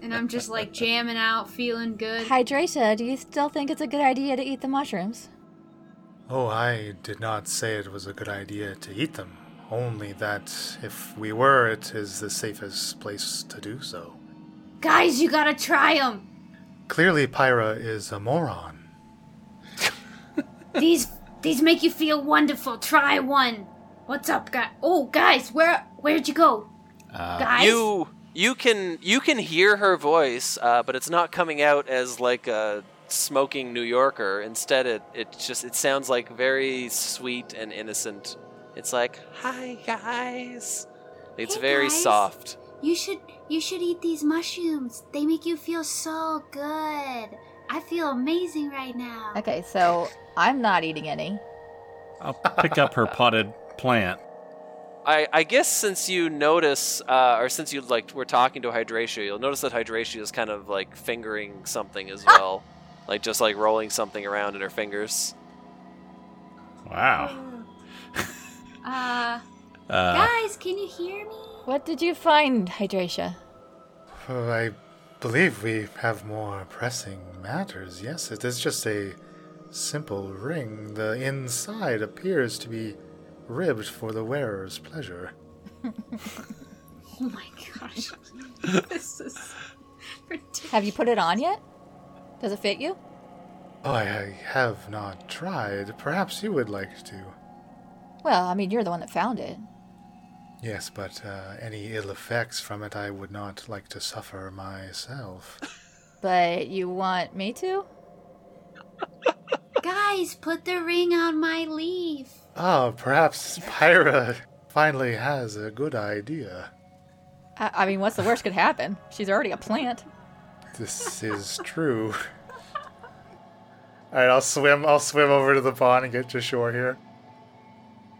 Speaker 6: And I'm just like
Speaker 13: [LAUGHS]
Speaker 6: jamming out, feeling good.
Speaker 13: Hydratia, do you still think it's a good idea to eat the mushrooms?
Speaker 8: Oh, I did not say it was a good idea to eat them. Only that if we were, it is the safest place to do so.
Speaker 9: Guys, you gotta try them.
Speaker 8: Clearly, Pyra is a moron.
Speaker 9: These these make you feel wonderful. Try one. What's up, guy? Oh, guys, where where'd you go? guys,
Speaker 3: you you can you can hear her voice, uh, but it's not coming out as like a smoking New Yorker. Instead, it it just it sounds like very sweet and innocent. It's like hi guys. It's
Speaker 9: Hey,
Speaker 3: very
Speaker 9: guys.
Speaker 3: soft.
Speaker 9: you should you should eat these mushrooms. They make you feel so good. I feel amazing right now.
Speaker 13: Okay, so I'm not eating any.
Speaker 2: I'll pick up her potted plant.
Speaker 3: I, I guess since you notice, uh, or since you like, were talking to Hydratia, you'll notice that Hydratia is kind of like fingering something as well, like just like rolling something around in her fingers.
Speaker 9: [LAUGHS]
Speaker 2: Wow.
Speaker 6: Uh,
Speaker 2: Uh,
Speaker 9: guys, can you hear me?
Speaker 13: What did you find,
Speaker 9: [LAUGHS]
Speaker 13: Hydratia?
Speaker 8: Oh, I believe we have more pressing matters. Yes, it is just a simple ring. The inside appears to be ribbed for the wearer's pleasure.
Speaker 9: Oh my
Speaker 13: [LAUGHS]
Speaker 9: gosh. this is ridiculous.
Speaker 13: Have you put it on yet? Does it fit you?
Speaker 8: Oh, I I have not tried. Perhaps you would like to.
Speaker 13: Well, I mean, you're the one that found it.
Speaker 8: Yes, but uh, any ill effects from it I would not like to suffer myself.
Speaker 13: But you want me to?
Speaker 9: [LAUGHS] Guys, put the ring on my leaf.
Speaker 8: Ah, perhaps Pyra finally has a good idea.
Speaker 13: I, I mean, what's the worst could happen? She's already a plant.
Speaker 8: This is true. All right, I'll swim. I'll swim over to the pond and get to shore here.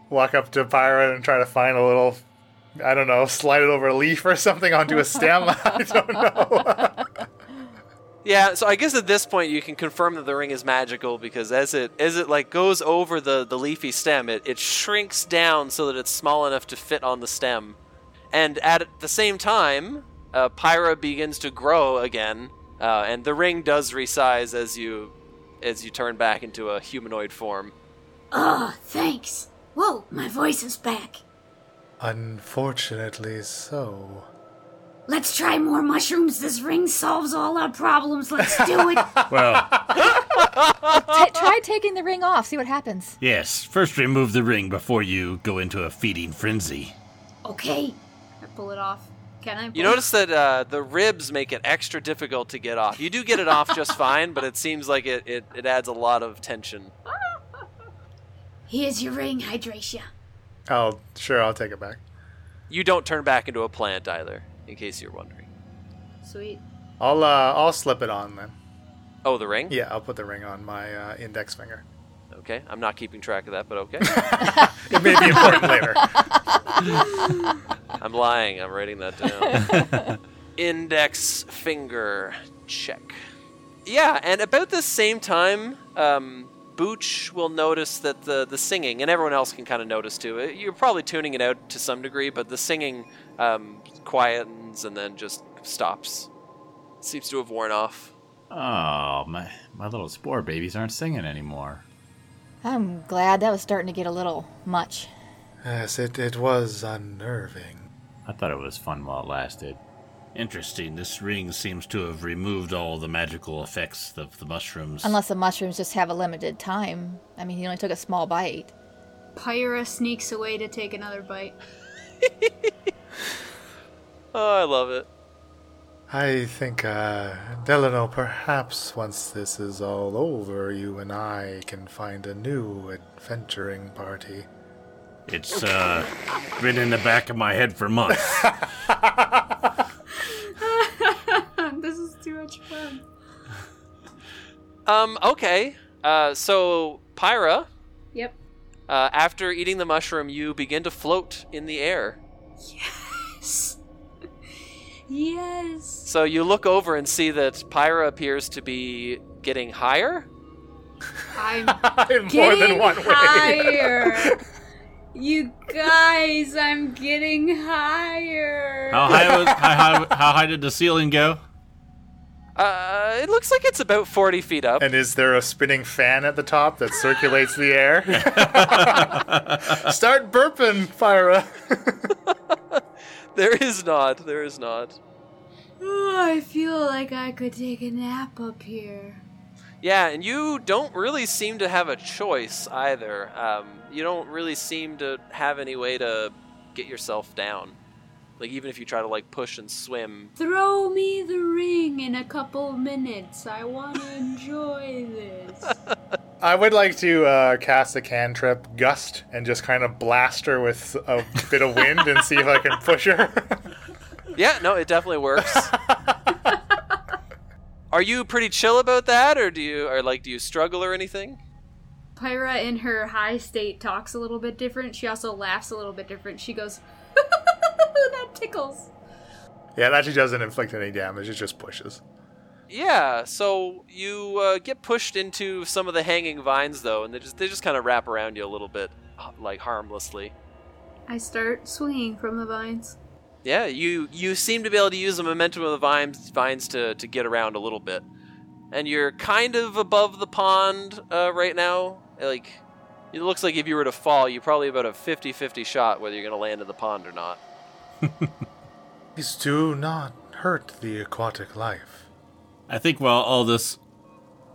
Speaker 8: Walk up to Pyra and try to find a little, I don't know, slide it over a leaf or something onto a stem. [LAUGHS] I don't know.
Speaker 3: Yeah, so I guess at this point you can confirm that the ring is magical because as it as it like goes over the the leafy stem, it it shrinks down so that it's small enough to fit on the stem, and at the same time, uh, Pyra begins to grow again, uh, and the ring does resize as you as you turn back into a humanoid form.
Speaker 9: Oh, thanks. Whoa, my voice is back.
Speaker 8: Unfortunately, so.
Speaker 9: Let's try more mushrooms. This ring solves all our problems. Let's
Speaker 2: [LAUGHS]
Speaker 9: do it.
Speaker 2: Well,
Speaker 13: Ta try taking the ring off, see what happens.
Speaker 2: yes. First, remove the ring before you go into a feeding frenzy.
Speaker 9: okay.
Speaker 6: I pull it off. Can I?
Speaker 3: You
Speaker 6: pull-
Speaker 3: notice that uh, the ribs make it extra difficult to get off. You do get it off just [LAUGHS] fine, but it seems like it, it, it adds a lot of tension.
Speaker 9: Here's your ring, Hydratia.
Speaker 8: Oh, sure. I'll take it back.
Speaker 3: You don't turn back into a plant either, in case you're wondering.
Speaker 6: Sweet.
Speaker 8: I'll uh, I'll slip it on then.
Speaker 3: Oh, the ring?
Speaker 8: Yeah, I'll put the ring on my uh, index finger.
Speaker 3: Okay, I'm not keeping track of that, but okay. [LAUGHS]
Speaker 8: It may be important later.
Speaker 3: I'm lying. I'm writing that down. Index finger check. Yeah, and about the same time, um, Booch will notice that the the singing, and everyone else can kind of notice too. Uh, You're probably tuning it out to some degree, but the singing um, quietens and then just stops. Seems to have worn off.
Speaker 5: Oh, my, my little spore babies aren't singing anymore.
Speaker 13: I'm glad that was starting to get a little much.
Speaker 8: Yes, it, it was unnerving.
Speaker 5: I thought it was fun while it lasted.
Speaker 2: Interesting. This ring seems to have removed all the magical effects of the mushrooms.
Speaker 13: Unless the mushrooms just have a limited time. I mean, he only took a small bite.
Speaker 6: Pyra sneaks away to take another bite. [LAUGHS]
Speaker 3: Oh, I love it.
Speaker 8: I think, uh, Delano, perhaps once this is all over, you and I can find a new adventuring party.
Speaker 2: It's uh, been in the back of my head for months.
Speaker 6: this is too much fun.
Speaker 3: Um, okay. Uh, so Pyra,
Speaker 6: Yep.
Speaker 3: uh, after eating the mushroom, you begin to float in the air.
Speaker 6: Yes.
Speaker 3: So you look over and see that Pyra appears to be getting higher.
Speaker 6: I'm
Speaker 8: In more
Speaker 6: getting
Speaker 8: than one way.
Speaker 6: higher. you guys, I'm getting higher.
Speaker 2: How high was how high, how high did the ceiling go?
Speaker 3: Uh, it looks like it's about 40 feet up.
Speaker 8: And is there a spinning fan at the top that circulates the
Speaker 3: [LAUGHS]
Speaker 8: air? [LAUGHS] Start burping, Pyra.
Speaker 3: There is not. There is not.
Speaker 6: [LAUGHS] Oh, I feel like I could take a nap up here.
Speaker 3: Yeah, and you don't really seem to have a choice either. Um, you don't really seem to have any way to get yourself down. Like even if you try to like push and swim.
Speaker 6: Throw me the ring in a couple minutes. I want to enjoy this.
Speaker 8: I would like to uh, cast a cantrip gust and just kind of blast her with a bit of wind and see if I can push her. [LAUGHS]
Speaker 3: Yeah, no, it definitely works. [LAUGHS] Are you pretty chill about that or do you or like do you struggle or anything?
Speaker 6: Pyra, in her high state, talks a little bit different. She also laughs a little bit different. She goes, [LAUGHS] "That tickles."
Speaker 8: yeah, it actually doesn't inflict any damage, it just
Speaker 2: [LAUGHS]
Speaker 8: pushes.
Speaker 3: Yeah, so you uh, get pushed into some of the hanging vines though, and they just they just kind of wrap around you a little bit, uh, like harmlessly.
Speaker 6: I start swinging from the vines.
Speaker 3: Yeah, you you seem to be able to use the momentum of the vines vines to to get around a little bit, and you're kind of above the pond uh, right now. Like, it looks like if you were to fall, you probably about a 50-50 shot whether you're gonna land in the pond or not.
Speaker 8: Please do not hurt the aquatic life.
Speaker 2: I think while all this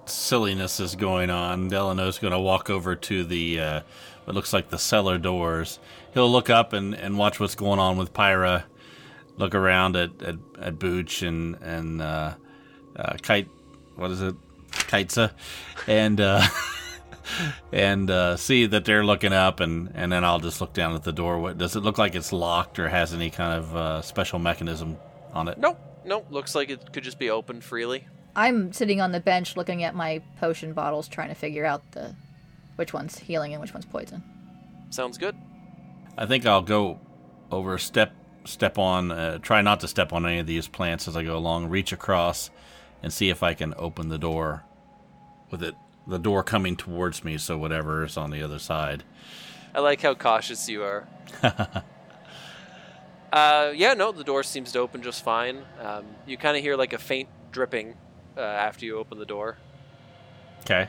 Speaker 2: silliness is going on, Delano's going to walk over to the uh, what looks like the cellar doors. He'll look up and, and watch what's going on with Pyra, look around at, at, at Booch and and uh, uh, Kite, what is it, Kitesa, and uh, [LAUGHS] and uh, see that they're looking up, and, and then I'll just look down at the door. What does it look like? It's locked or has any kind of uh, special mechanism on it?
Speaker 3: Nope, nope. Looks like it could just be opened freely.
Speaker 4: I'm sitting on the bench looking at my potion bottles, trying to figure out the which one's healing and which one's poison.
Speaker 3: Sounds good.
Speaker 2: I think I'll go over step step on uh, try not to step on any of these plants as I go along reach across and see if I can open the door with it the door coming towards me so whatever is on the other side
Speaker 3: I like how cautious you are. [LAUGHS] uh, yeah, no, the door seems to open just fine. Um, you kind of hear like a faint dripping uh, after you open the door.
Speaker 2: okay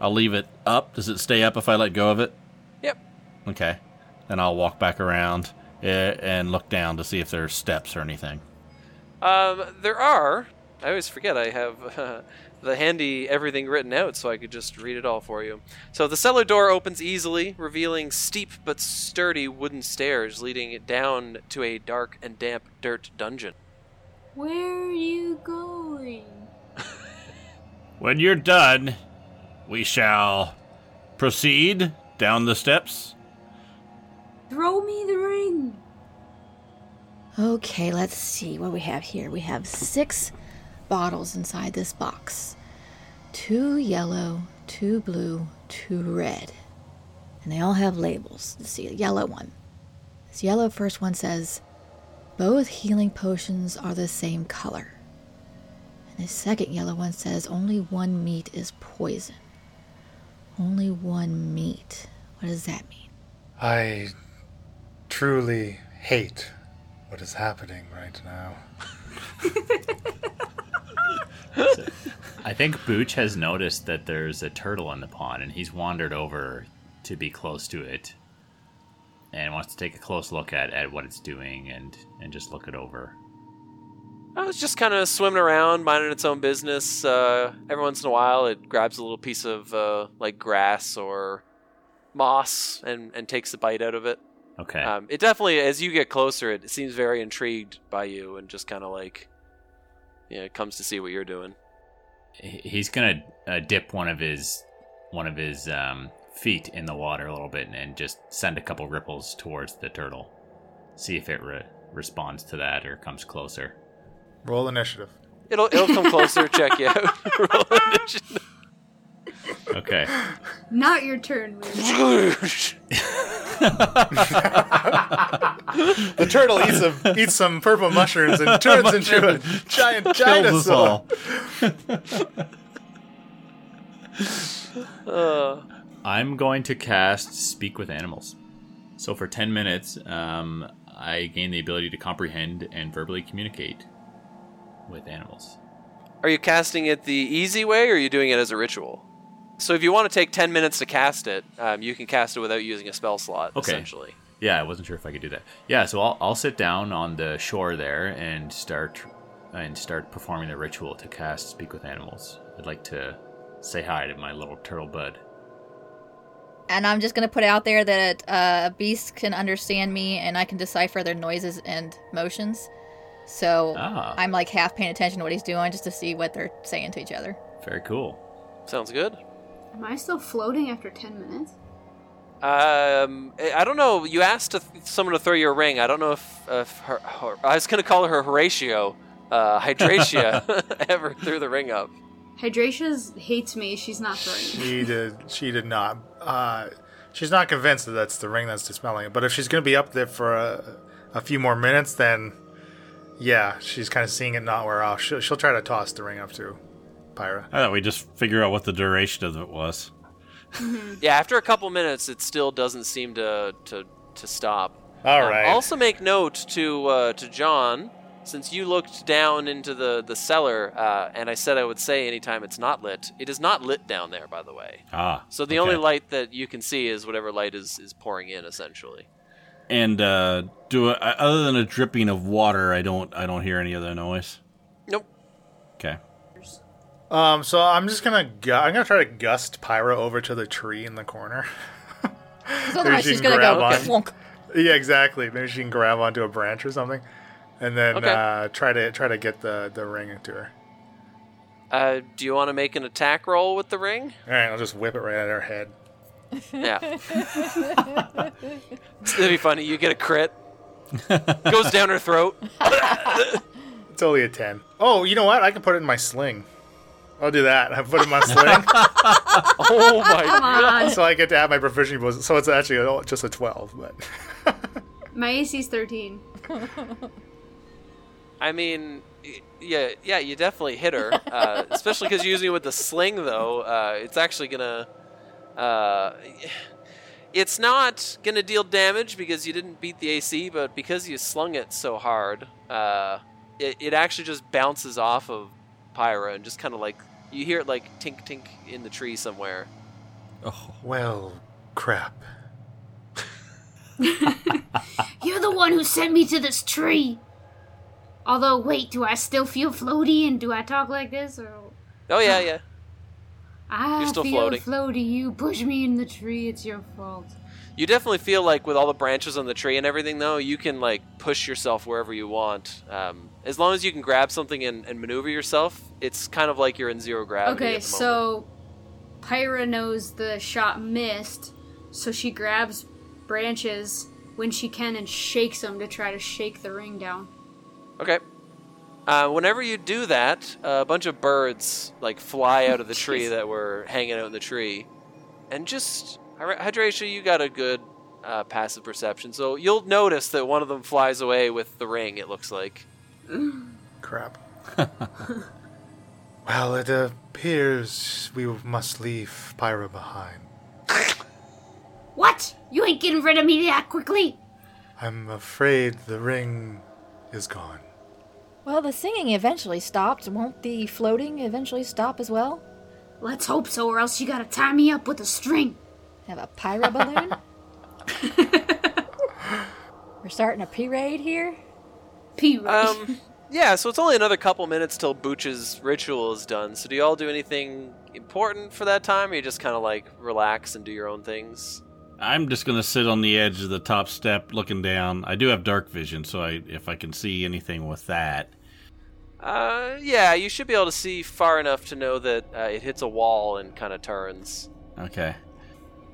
Speaker 2: I'll leave it up does it stay up if I let go of it
Speaker 3: Yep.
Speaker 2: okay then I'll walk back around uh, and look down to see if there's steps or anything
Speaker 3: Um, there are. I always forget I have [LAUGHS] uh, the handy everything written out, so I could just read it all for you. So the cellar door opens easily, revealing steep but sturdy wooden stairs leading it down to a dark and damp dirt dungeon.
Speaker 9: Where are you going?
Speaker 2: When you're done, we shall proceed down the steps.
Speaker 9: Throw me the ring.
Speaker 13: Okay, let's see what we have here. We have six bottles inside this box two yellow, two blue, two red. And they all have labels. Let's see, the yellow one. This yellow first one says, Both healing potions are the same color. And the second yellow one says, Only one meat is poison. Only one meat. What does that mean?
Speaker 8: I truly hate what is happening right now.
Speaker 5: I think Booch has noticed that there's a turtle in the pond, and he's wandered over to be close to it, and wants to take a close look at, at what it's doing and and just look it over.
Speaker 3: I was just kind of swimming around, minding its own business. Uh, every once in a while, it grabs a little piece of uh, like grass or moss and, and takes a bite out of it.
Speaker 5: Okay.
Speaker 3: Um, it definitely, as you get closer, it seems very intrigued by you and just kind of like, you know, comes to see what you're doing. [LAUGHS]
Speaker 5: He- he's gonna uh, dip one of his one of his um, feet in the water a little bit and, and just send a couple ripples towards the turtle, see if it re- responds to that or comes closer.
Speaker 8: Roll initiative.
Speaker 3: It'll it'll come closer, check you out. Roll initiative.
Speaker 5: [LAUGHS] Okay.
Speaker 6: [LAUGHS] Not your turn, Lou.
Speaker 8: The turtle eats some eats some purple mushrooms and
Speaker 2: [LAUGHS]
Speaker 8: turns into a giant
Speaker 2: Kills us
Speaker 8: dinosaur.
Speaker 2: all.
Speaker 8: [LAUGHS]
Speaker 3: Uh,
Speaker 5: I'm going to cast Speak with Animals. So for 10 minutes, um, I gain the ability to comprehend and verbally communicate with animals.
Speaker 3: are you casting it the easy way, or are you doing it as a ritual? So if you want to take ten minutes to cast it, um, you can cast it without using a spell slot.
Speaker 5: Okay.
Speaker 3: Essentially,
Speaker 5: Yeah, I wasn't sure if I could do that. Yeah, so I'll, I'll sit down on the shore there and start and start performing the ritual to cast Speak with Animals. I'd like to say hi to my little turtle bud.
Speaker 4: And I'm just gonna put out there that uh, beasts can understand me, and I can decipher their noises and motions. So
Speaker 5: Ah.
Speaker 4: I'm like half paying attention to what he's doing just to see what they're saying to each other.
Speaker 5: Very cool.
Speaker 3: sounds good.
Speaker 9: Am I still floating after 10 minutes?
Speaker 3: Um, I I don't know. You asked to th- someone to throw you a ring. I don't know if, if her, her. I was gonna call her Horatio,
Speaker 8: [LAUGHS]
Speaker 3: uh, Hydratia, [LAUGHS] ever threw the ring up.
Speaker 9: Hydratia hates me. She's not throwing me.
Speaker 8: She did. She did not. Uh, she's not convinced that that's the ring that's dismembeling it. But if she's going to be up there for a, a few more minutes, then yeah, she's kind of seeing it not wear off. She'll, she'll try to toss the ring up to Pyra.
Speaker 2: I thought we just figure out what the duration of it was.
Speaker 3: Yeah, after a couple minutes, it still doesn't seem to to, to stop.
Speaker 8: All
Speaker 3: Um,
Speaker 8: right.
Speaker 3: also, make note to uh, to John, since you looked down into the the cellar, uh, and I said I would say anytime it's not lit. It is not lit down there, by the way.
Speaker 2: Ah.
Speaker 3: So
Speaker 2: okay.
Speaker 3: the only light that you can see is whatever light is is pouring in, essentially.
Speaker 2: and uh, do a, other than a dripping of water, I don't I don't hear any other noise.
Speaker 3: Nope.
Speaker 2: Okay.
Speaker 8: Um, so I'm just gonna gu- I'm gonna try to gust Pyra over to the tree in the corner. [LAUGHS]
Speaker 4: Otherwise,
Speaker 8: she
Speaker 4: she's
Speaker 8: can
Speaker 4: gonna go
Speaker 8: grab on.
Speaker 4: flunk.
Speaker 8: yeah, exactly. Maybe she can grab onto a branch or something, and then
Speaker 3: Okay.
Speaker 8: uh, try to try to get the the ring into her.
Speaker 3: Uh, do you want to make an attack roll with the ring?
Speaker 8: All right, I'll just whip it right at her head.
Speaker 3: Yeah. It'd be funny. You get a crit. Goes down her throat.
Speaker 8: [LAUGHS] It's only a ten. Oh, you know what? I can put it in my sling. I'll do that. I put it in my sling,
Speaker 3: [LAUGHS] Oh my!
Speaker 6: Come on.
Speaker 8: so I get to add my proficiency bonus. So it's actually oh, just a twelve, but [LAUGHS]
Speaker 6: My AC's 13.
Speaker 9: [LAUGHS]
Speaker 3: I mean, y- yeah, yeah. You definitely hit her, uh, especially because you're using it with the sling. Though uh, it's actually gonna. Uh, it's not gonna deal damage because you didn't beat the AC, but because you slung it so hard, uh, it, it actually just bounces off of Pyra and just kind of like you hear it like tink tink in the tree somewhere.
Speaker 2: Oh,
Speaker 8: well, crap.
Speaker 9: [LAUGHS] You're the one who sent me to this tree. Although, wait, do I still feel floaty and do I talk like this or?
Speaker 3: Oh yeah, yeah.
Speaker 9: I
Speaker 3: You're still
Speaker 9: feel
Speaker 3: floating.
Speaker 9: floaty. You push me in the tree. It's your fault.
Speaker 3: You definitely feel like with all the branches on the tree and everything, though, you can like push yourself wherever you want. Um, as long as you can grab something and, and maneuver yourself, it's kind of like you're in zero gravity. at
Speaker 6: Okay,
Speaker 3: the moment.
Speaker 6: so Pyra knows the shot missed, so she grabs branches when she can and shakes them to try to shake the ring down.
Speaker 3: okay. Uh, whenever you do that, a bunch of birds like fly out of the
Speaker 6: [LAUGHS]
Speaker 3: tree that were hanging out in the tree, and just Hy- Hydratia, you got a good uh, passive perception, so you'll notice that one of them flies away with the ring. It looks like.
Speaker 8: Crap. well, it appears we must leave Pyra behind.
Speaker 9: What? You ain't getting rid of me that quickly.
Speaker 8: I'm afraid the ring is gone.
Speaker 13: Well, the singing eventually stopped. Won't the floating eventually stop as well?
Speaker 9: Let's hope so, or else you gotta tie me up with a string.
Speaker 13: Have a
Speaker 9: [LAUGHS]
Speaker 13: pyro balloon? We're starting a parade here.
Speaker 9: P.
Speaker 3: Um, yeah, so it's only another couple minutes till Booch's ritual is done. So do y'all do anything important for that time, or you just kind of like relax and do your own things?
Speaker 2: I'm just gonna sit on the edge of the top step, looking down. I do have dark vision, so I if I can see anything with that.
Speaker 3: Uh, yeah, you should be able to see far enough to know that uh, it hits a wall and kind of turns.
Speaker 2: Okay.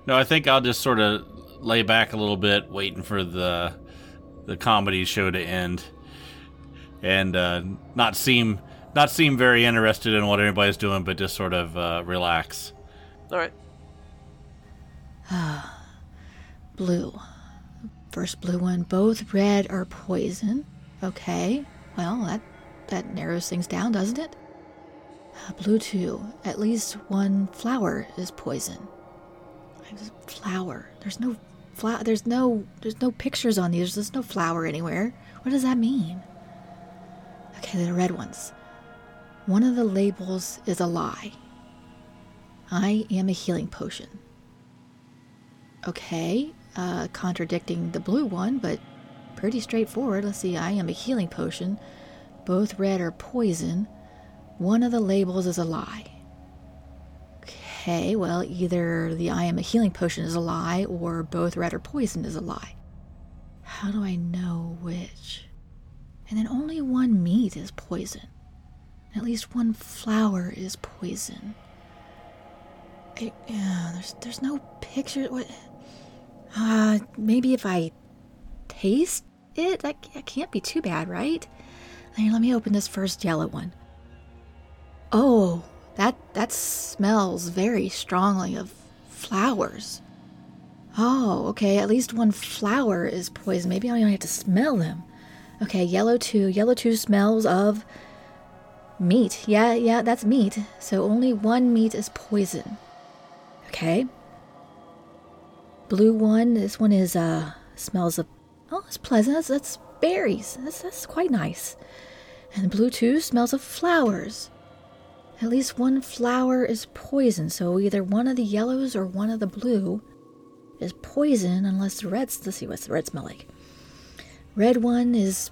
Speaker 2: No, I think I'll just sort of lay back a little bit, waiting for the the comedy show to end, and uh, not seem not seem very interested in what anybody's doing, but just sort of uh, relax.
Speaker 3: All right.
Speaker 13: [SIGHS] Blue. First blue one, both red are poison. Okay. Well, that that narrows things down, doesn't it? Uh, Blue two, at least one flower is poison. I was- Flower. There's no flower. There's no there's no pictures on these. There's no flower anywhere. What does that mean? Okay, the red ones. One of the labels is a lie. I am a healing potion okay, uh, contradicting the blue one, but pretty straightforward. Let's see, I am a healing potion. Both red are poison. One of the labels is a lie. Okay, well, either the I am a healing potion is a lie, or both red are poison is a lie. How do I know which? And then only one meat is poison. At least one flower is poison. I, yeah, there's there's no picture. What? Uh, maybe if I taste it, that, that can't be too bad, right? Here, let me open this first yellow one. Oh, that that smells very strongly of flowers. Oh, okay. At least one flower is poison. Maybe I only have to smell them. Okay, yellow two. Yellow two smells of meat. Yeah, yeah, that's meat. So only one meat is poison. Okay. Blue one. This one is uh smells of oh, it's pleasant. That's, that's berries. That's that's quite nice. And blue two smells of flowers. At least one flower is poison, so either one of the yellows or one of the blue is poison unless the red's. Let's see, what's the red smell like? Red one is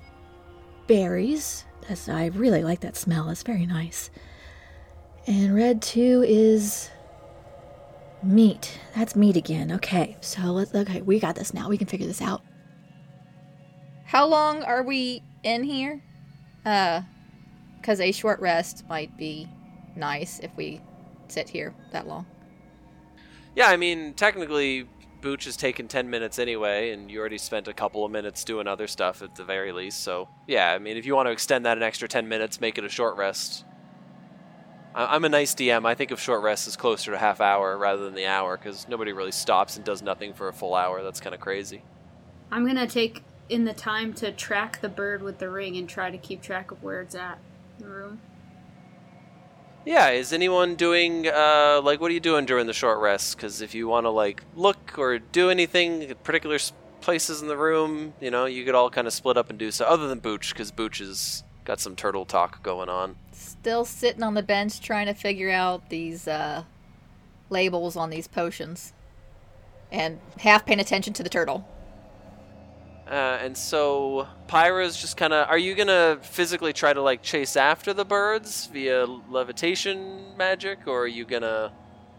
Speaker 13: berries. That's I really like that smell. It's very nice. And red two is meat. That's meat again. Okay, so let's. Okay, we got this now. We can figure this out.
Speaker 4: How long are we in here? Uh, because a short rest might be nice if we sit here that long.
Speaker 3: Yeah, I mean, technically, Booch has taken 10 minutes anyway, and you already spent a couple of minutes doing other stuff at the very least. So, yeah, I mean, if you want to extend that an extra 10 minutes, make it a short rest. I- I'm a nice DM. I think of short rest as closer to half hour rather than the hour, because nobody really stops and does nothing for a full hour. That's kind of crazy.
Speaker 6: I'm gonna take in the time to track the bird with the ring and try to keep track of where it's at in the room.
Speaker 3: Yeah, is anyone doing, uh, like, what are you doing during the short rest? Because if you want to, like, look or do anything, at particular s- places in the room, you know, you could all kind of split up and do so, other than Booch, because Booch has got some turtle talk going on.
Speaker 4: Still sitting on the bench trying to figure out these uh, labels on these potions, and half paying attention to the turtle.
Speaker 3: Uh, and so Pyra's just kind of. Are you gonna physically try to like chase after the birds via levitation magic, or are you gonna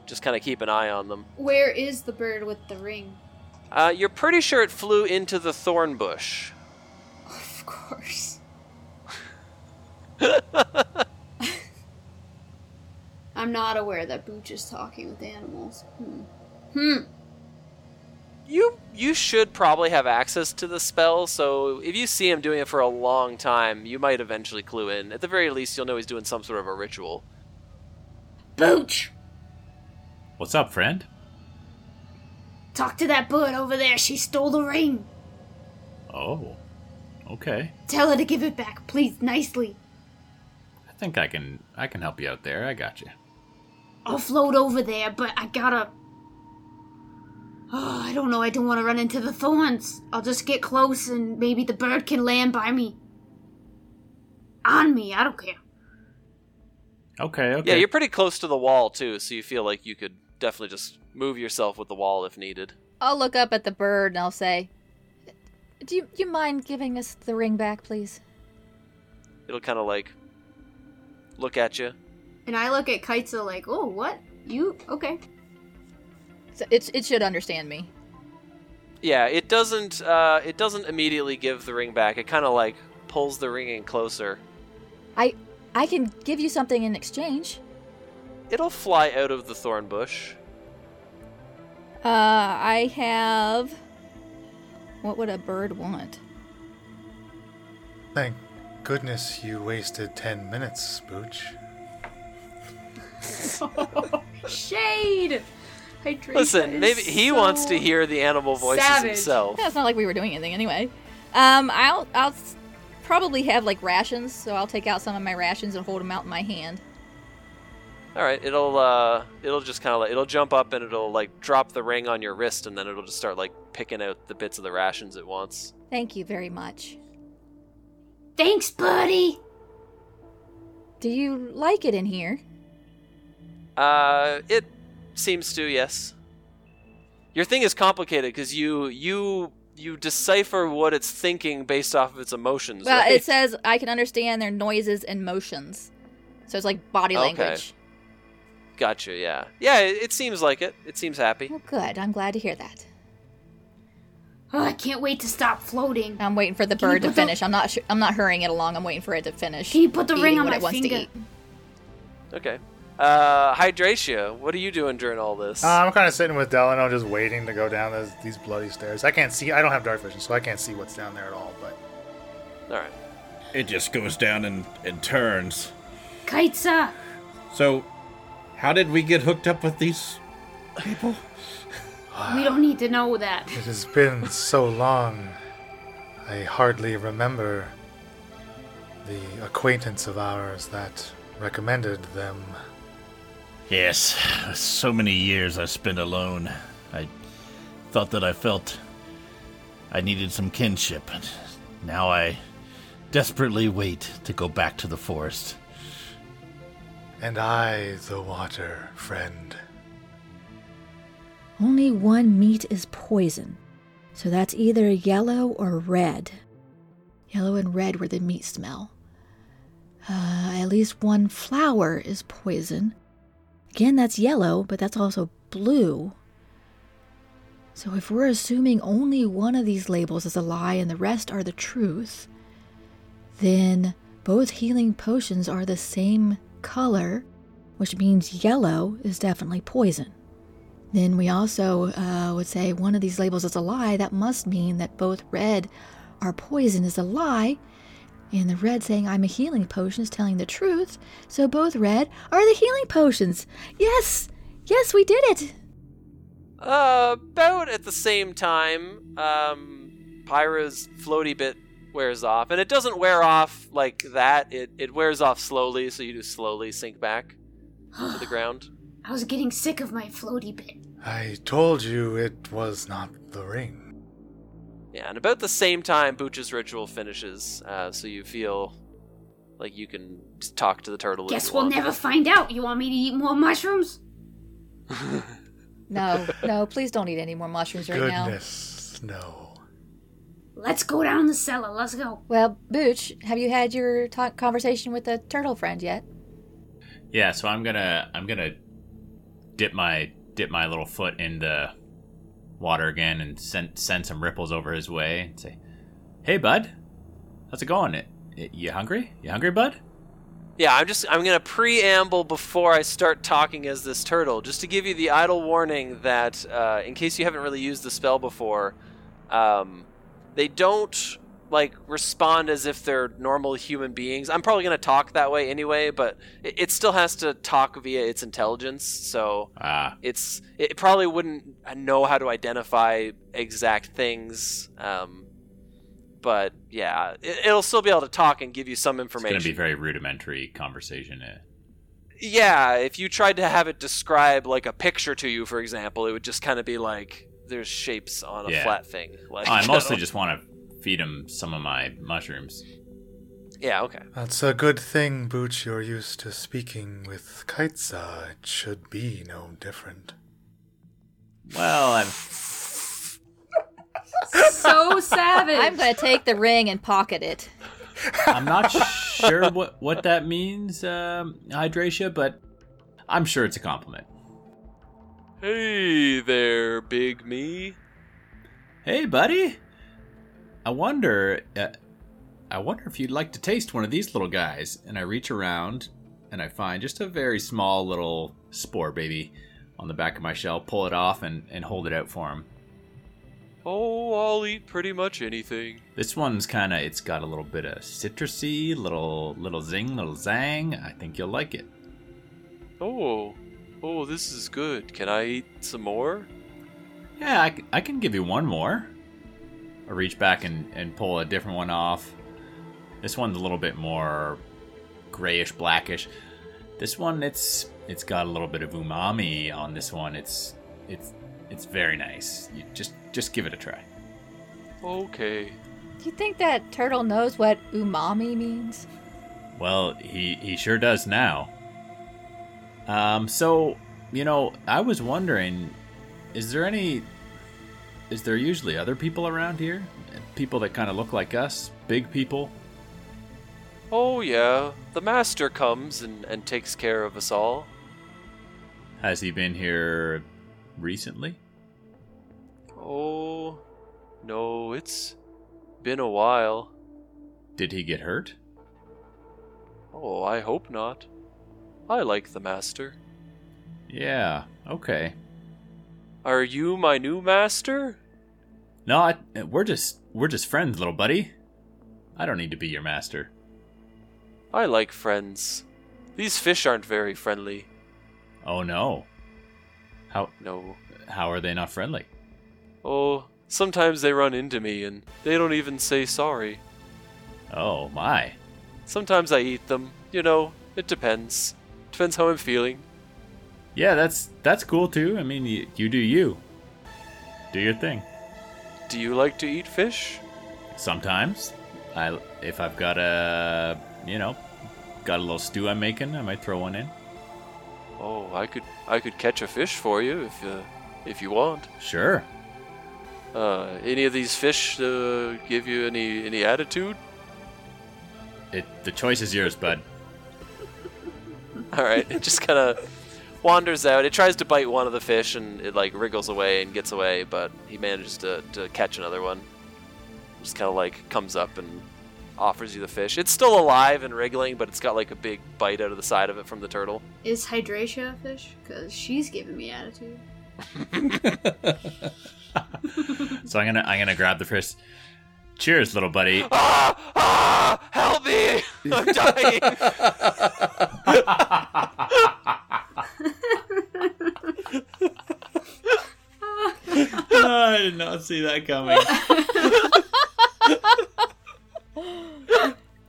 Speaker 3: just kind of keep an eye on them?
Speaker 6: Where is the bird with the ring? [LAUGHS]
Speaker 3: Uh, you're pretty sure it flew into the thorn bush.
Speaker 6: Of course. I'm not aware that Booch is talking with animals. Hmm. Hmm.
Speaker 3: You you should probably have access to the spell, so if you see him doing it for a long time, you might eventually clue in. At the very least, you'll know he's doing some sort of a ritual.
Speaker 9: Booch!
Speaker 5: What's up, friend?
Speaker 9: Talk to that bird over there. She stole the ring.
Speaker 5: Oh, okay.
Speaker 9: Tell her to give it back, please, nicely.
Speaker 5: I think I can I can help you out there. I got you.
Speaker 9: I'll float over there, but I gotta. Oh, I don't know. I don't want to run into the thorns. I'll just get close and maybe the bird can land by me. On me, I don't care.
Speaker 5: Okay, okay.
Speaker 3: Yeah, you're pretty close to the wall too, so you feel like you could definitely just move yourself with the wall if needed.
Speaker 4: I'll look up at the bird and I'll say, "Do you, you mind giving us the ring back, please?"
Speaker 3: It'll kind of like look at you.
Speaker 6: And I look at Kaitza like, oh, what? You? Okay.
Speaker 4: So it it should understand me.
Speaker 3: Yeah, it doesn't. Uh, it doesn't immediately give the ring back. It kind of like pulls the ring in closer.
Speaker 4: I I can give you something in exchange.
Speaker 3: It'll fly out of the thorn bush.
Speaker 4: Uh, I have. What would a bird want?
Speaker 8: Thank goodness you wasted 10 minutes, Booch.
Speaker 6: Shade! Hydration
Speaker 3: Listen,
Speaker 6: is
Speaker 3: maybe he
Speaker 6: so-
Speaker 3: wants to hear the animal voices
Speaker 6: savage.
Speaker 3: himself.
Speaker 4: Yeah, it's not like we were doing anything anyway. Um, I'll I'll s- probably have like rations, so I'll take out some of my rations and hold them out in my hand.
Speaker 3: All right, it'll uh, it'll just kind of like, it'll jump up and it'll like drop the ring on your wrist, and then it'll just start like picking out the bits of the rations it wants.
Speaker 4: Thank you very much.
Speaker 9: Thanks, birdie!
Speaker 4: Do you like it in here?
Speaker 3: Uh, it seems to, yes. Your thing is complicated because you you you decipher what it's thinking based off of its emotions.
Speaker 4: Well,
Speaker 3: right?
Speaker 4: it says I can understand their noises and motions, so it's like body
Speaker 3: Okay.
Speaker 4: language.
Speaker 3: Gotcha. Yeah. Yeah. It, it seems like it. It seems happy.
Speaker 4: Oh, good. I'm glad to hear that.
Speaker 9: Oh, I can't wait to stop floating.
Speaker 4: I'm waiting for the
Speaker 9: Can you
Speaker 4: bird to
Speaker 9: put the-
Speaker 4: finish. I'm not. Sh- I'm not hurrying it along. I'm waiting for it to finish.
Speaker 9: Can you put the
Speaker 4: eating
Speaker 9: ring on
Speaker 4: what
Speaker 9: my
Speaker 4: it wants
Speaker 9: finger?
Speaker 4: To eat.
Speaker 3: Okay. Uh, Hydratia, what are you doing during all this?
Speaker 8: Uh, I'm kind of sitting with Delano, just waiting to go down those, these bloody stairs. I can't see. I don't have dark vision, so I can't see what's down there at all. But
Speaker 3: all right.
Speaker 2: It just goes down and, and turns.
Speaker 9: Kaitza!
Speaker 2: So, how did we get hooked up with these people?
Speaker 6: We don't need to know that.
Speaker 8: it has been so long. I hardly remember the acquaintance of ours that recommended them.
Speaker 2: Yes, so many years I spent alone. I thought that I felt I needed some kinship. and Now I desperately wait to go back to the forest.
Speaker 8: And I, the water friend.
Speaker 13: Only one meat is poison, so that's either yellow or red. Yellow and red were the meat smell. Uh, at least one flower is poison. Again, that's yellow, but that's also blue. So if we're assuming only one of these labels is a lie and the rest are the truth, then both healing potions are the same color, which means yellow is definitely poison. Then we also uh, would say one of these labels is a lie. That must mean that both red are poison is a lie, and the red saying I'm a healing potion is telling the truth. So both red are the healing potions. Yes, yes, we did it.
Speaker 3: Uh, about at the same time, um, Pyra's floaty bit wears off, and it doesn't wear off like that. It it wears off slowly, so you do slowly sink back to
Speaker 9: [SIGHS]
Speaker 3: the ground.
Speaker 9: I was getting sick of my floaty bit.
Speaker 8: I told you it was not the ring.
Speaker 3: Yeah, and about the same time, Booch's ritual finishes, uh, so you feel like you can t- talk to the turtle. if
Speaker 9: Guess
Speaker 3: you
Speaker 9: we'll
Speaker 3: want.
Speaker 9: never find out. You want me to eat more mushrooms? [LAUGHS]
Speaker 4: No, no, please don't eat any more mushrooms right now.
Speaker 8: Goodness, no.
Speaker 9: Let's go down the cellar. Let's go.
Speaker 4: Well, Booch, have you had your ta- conversation with the turtle friend yet?
Speaker 5: Yeah, so I'm gonna I'm gonna dip my dip my little foot in the water again and send send some ripples over his way and say, "Hey, bud, how's it going? Y- You hungry? You hungry, bud?"
Speaker 3: Yeah, I'm just I'm gonna preamble before I start talking as this turtle, just to give you the idle warning that uh, in case you haven't really used the spell before, um, they don't like respond as if they're normal human beings. I'm probably gonna talk that way anyway, but it, it still has to talk via its intelligence, so
Speaker 5: Ah,
Speaker 3: it's it probably wouldn't know how to identify exact things. Um, but yeah, it, it'll still be able to talk and give you some
Speaker 5: it's
Speaker 3: information.
Speaker 5: gonna be very rudimentary conversation. eh?
Speaker 3: Yeah, if you tried to have it describe like a picture to you, for example, it would just kind of be like there's shapes on a
Speaker 5: Yeah. Oh,
Speaker 3: flat thing. Like,
Speaker 5: I mostly
Speaker 3: don't-
Speaker 5: just want to feed him some of my mushrooms.
Speaker 3: yeah, okay.
Speaker 8: That's a good thing, Booch. You're used to speaking with Kaitza. It should be no different.
Speaker 5: Well, I'm
Speaker 4: [LAUGHS]
Speaker 6: So savage.
Speaker 4: I'm gonna take the ring and pocket it.
Speaker 5: I'm
Speaker 3: [LAUGHS]
Speaker 5: not sure what what that means, um, Hydratia, but I'm sure it's a compliment.
Speaker 3: Hey there, big me.
Speaker 5: Hey, buddy. I wonder. Uh, I wonder if you'd like to taste one of these little guys. And I reach around and I find just a very small little spore baby on the back of my shell. Pull it off and, and hold it out for him.
Speaker 3: Oh, I'll eat pretty much anything.
Speaker 5: This one's kind of. It's got a little bit of citrusy, little little zing, little zang. I think you'll like it.
Speaker 3: Oh, oh, this is good. Can I eat some more?
Speaker 5: Yeah, I, c- I can give you one more. I reach back and, and pull a different one off. This one's a little bit more grayish, blackish. This one, it's it's got a little bit of umami on this one. It's it's it's very nice. You just just give it a try.
Speaker 3: Okay.
Speaker 4: Do you think that turtle knows what umami
Speaker 9: [GASPS]
Speaker 4: means?
Speaker 5: Well, he he sure does now. Um, so you know, I was wondering, is there any? Is there usually other people around here? People that kind of look like us, big people.
Speaker 3: Oh yeah, the master comes and and takes care of us all.
Speaker 5: Has he been here recently?
Speaker 3: Oh, no, it's been a while.
Speaker 5: Did he get hurt?
Speaker 3: Oh, I hope not. I like the master.
Speaker 5: Yeah. Okay.
Speaker 3: Are you my new master?
Speaker 5: No, I, we're just we're just friends, little buddy. I don't need to be your master.
Speaker 3: I like friends. These fish aren't very friendly.
Speaker 5: Oh no. How
Speaker 3: No.
Speaker 5: how are they not friendly?
Speaker 3: Oh, sometimes they run into me and they don't even say sorry.
Speaker 5: Oh my.
Speaker 3: Sometimes I eat them. You know, it depends. Depends how I'm feeling.
Speaker 5: Yeah, that's that's cool too. I mean, you, you do you. Do your thing.
Speaker 3: Do you like to eat fish?
Speaker 5: Sometimes, I if I've got a you know got a little stew I'm making, I might throw one in.
Speaker 3: Oh, I could I could catch a fish for you if uh, if you want.
Speaker 5: Sure.
Speaker 3: Uh, any of these fish uh, give you any any attitude? [LAUGHS]
Speaker 5: It, the choice is yours, bud.
Speaker 3: All right, it just kind of [LAUGHS] wanders out. It tries to bite one of the fish, and it like wriggles away and gets away, but he manages to, to catch another one. Just kind of like comes up and offers you the fish. It's still alive and wriggling, but it's got like a big bite out of the side of it from the turtle.
Speaker 6: Is Hydratia a fish? Because she's giving me attitude.
Speaker 5: [LAUGHS] So I'm gonna I'm gonna grab the first. Cheers, little buddy.
Speaker 3: [LAUGHS] Ah! Ah! Help me! I'm dying!
Speaker 2: [LAUGHS] I did not see that coming.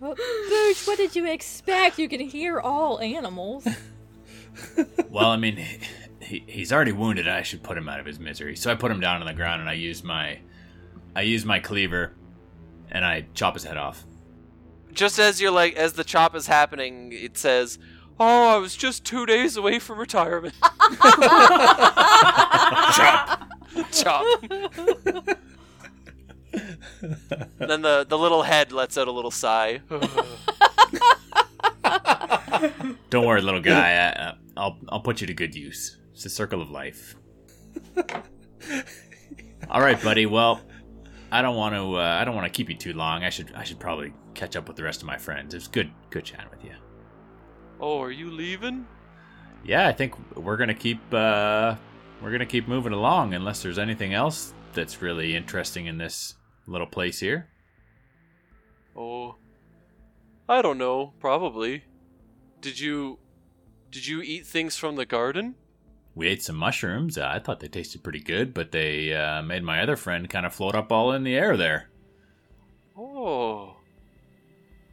Speaker 13: Well, Booch, what did you expect? You can hear all animals.
Speaker 5: [LAUGHS] Well, I mean, he, he, he's already wounded. I should put him out of his misery. So I put him down on the ground and I use my, I use my cleaver, and I chop his head off.
Speaker 3: just as you're like as the chop is happening it says oh i was just two days away
Speaker 5: [LAUGHS]
Speaker 3: from retirement
Speaker 1: [LAUGHS]
Speaker 3: [LAUGHS] chop And then the, the little head lets out a little sigh Oh.
Speaker 5: Don't worry, little guy. I, uh, I'll I'll put you to good use. It's the circle of life. All right, buddy. Well, I don't want to. Uh, I don't want to keep you too long. I should. I should probably catch up with the rest of my friends. It was good. Good chatting with you.
Speaker 3: oh are you leaving
Speaker 5: Yeah, I think we're gonna keep. Uh, we're gonna keep moving along unless there's anything else that's really interesting in this little place here.
Speaker 3: oh i don't know probably did you did you eat things from the garden
Speaker 5: We ate some mushrooms. Uh, I thought they tasted pretty good, but they uh, made my other friend kind of float up all in the air there.
Speaker 3: oh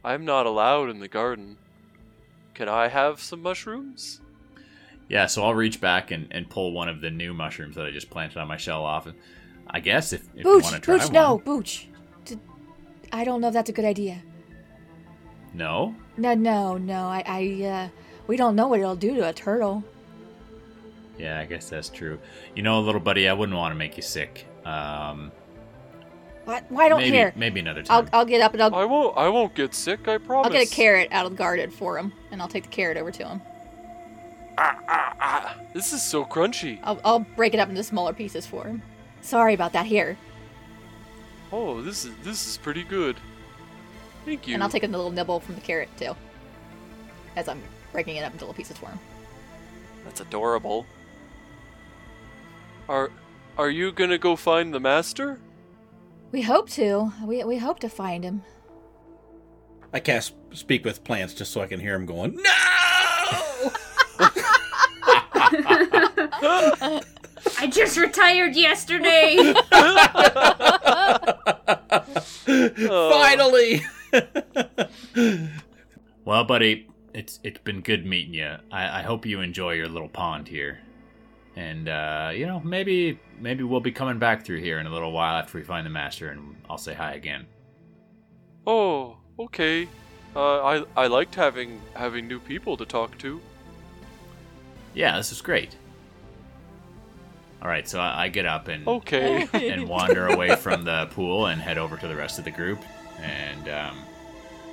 Speaker 3: i'm not allowed in the garden can i have some mushrooms
Speaker 5: Yeah, so I'll reach back and, and pull one of the new mushrooms that I just planted on my shell off. I guess if, if you want to
Speaker 13: Booch,
Speaker 5: try
Speaker 13: Booch,
Speaker 5: one.
Speaker 13: no, Booch. D- I don't know if that's a good idea.
Speaker 5: No?
Speaker 13: No, no, no. I, I, uh, we don't know what it'll do to a turtle.
Speaker 5: Yeah, I guess that's true. You know, little buddy, I wouldn't want to make you sick. Um,
Speaker 13: What? Well, I don't
Speaker 5: maybe,
Speaker 13: care.
Speaker 5: Maybe another time.
Speaker 13: I'll, I'll get up and I'll,
Speaker 3: i won't i won't get sick i promise
Speaker 13: I'll get a carrot out of the garden for him, and I'll take the carrot over to him.
Speaker 3: Ah, This is so crunchy.
Speaker 13: I'll, I'll break it up into smaller pieces for him. Sorry about that. Here,
Speaker 3: Oh, this is this is pretty good. Thank you.
Speaker 13: and I'll take a little nibble from the carrot too, as I'm breaking it up into little pieces for him.
Speaker 3: That's adorable. Are are you gonna go find the master?
Speaker 13: We hope to. We we hope to find him.
Speaker 2: I cast speak with plants just so I can hear him going. No.
Speaker 6: I just retired yesterday!
Speaker 2: Finally.
Speaker 5: Well, buddy, it's it's been good meeting you. I, I hope you enjoy your little pond here. And uh, you know, maybe maybe we'll be coming back through here in a little while after we find the master, and I'll say hi again.
Speaker 3: Oh, okay. Uh, I I liked having having new people to talk to.
Speaker 5: Yeah, this is great. All right, so I, I get up and
Speaker 3: Okay.
Speaker 5: and wander away from the pool and head over to the rest of the group and um,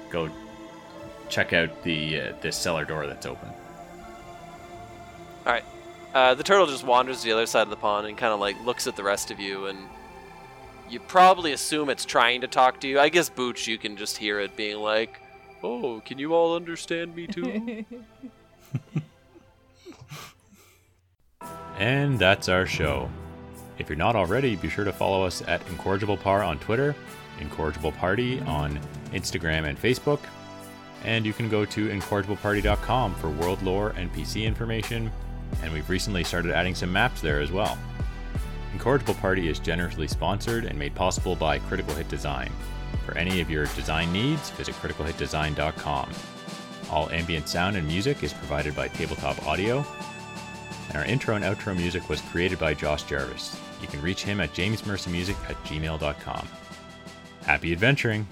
Speaker 5: go check out the uh, this cellar door that's open.
Speaker 3: All right. Uh, the turtle just wanders to the other side of the pond and kind of like looks at the rest of you, and you probably assume it's trying to talk to you. I guess Booch, you can just hear it being like, "Oh, can you all understand me too?"
Speaker 13: [LAUGHS]
Speaker 5: And that's our show. If you're not already, be sure to follow us at Incorrigible Par on Twitter, Incorrigible Party on Instagram and Facebook, and you can go to incorrigibleparty.com for world lore and PC information, and we've recently started adding some maps there as well. Incorrigible Party is generously sponsored and made possible by Critical Hit Design. For any of your design needs, visit criticalhitdesign.com. All ambient sound and music is provided by Tabletop Audio, and our intro and outro music was created by Josh Jarvis. You can reach him at jamesmercymusic at gmail.com. Happy adventuring!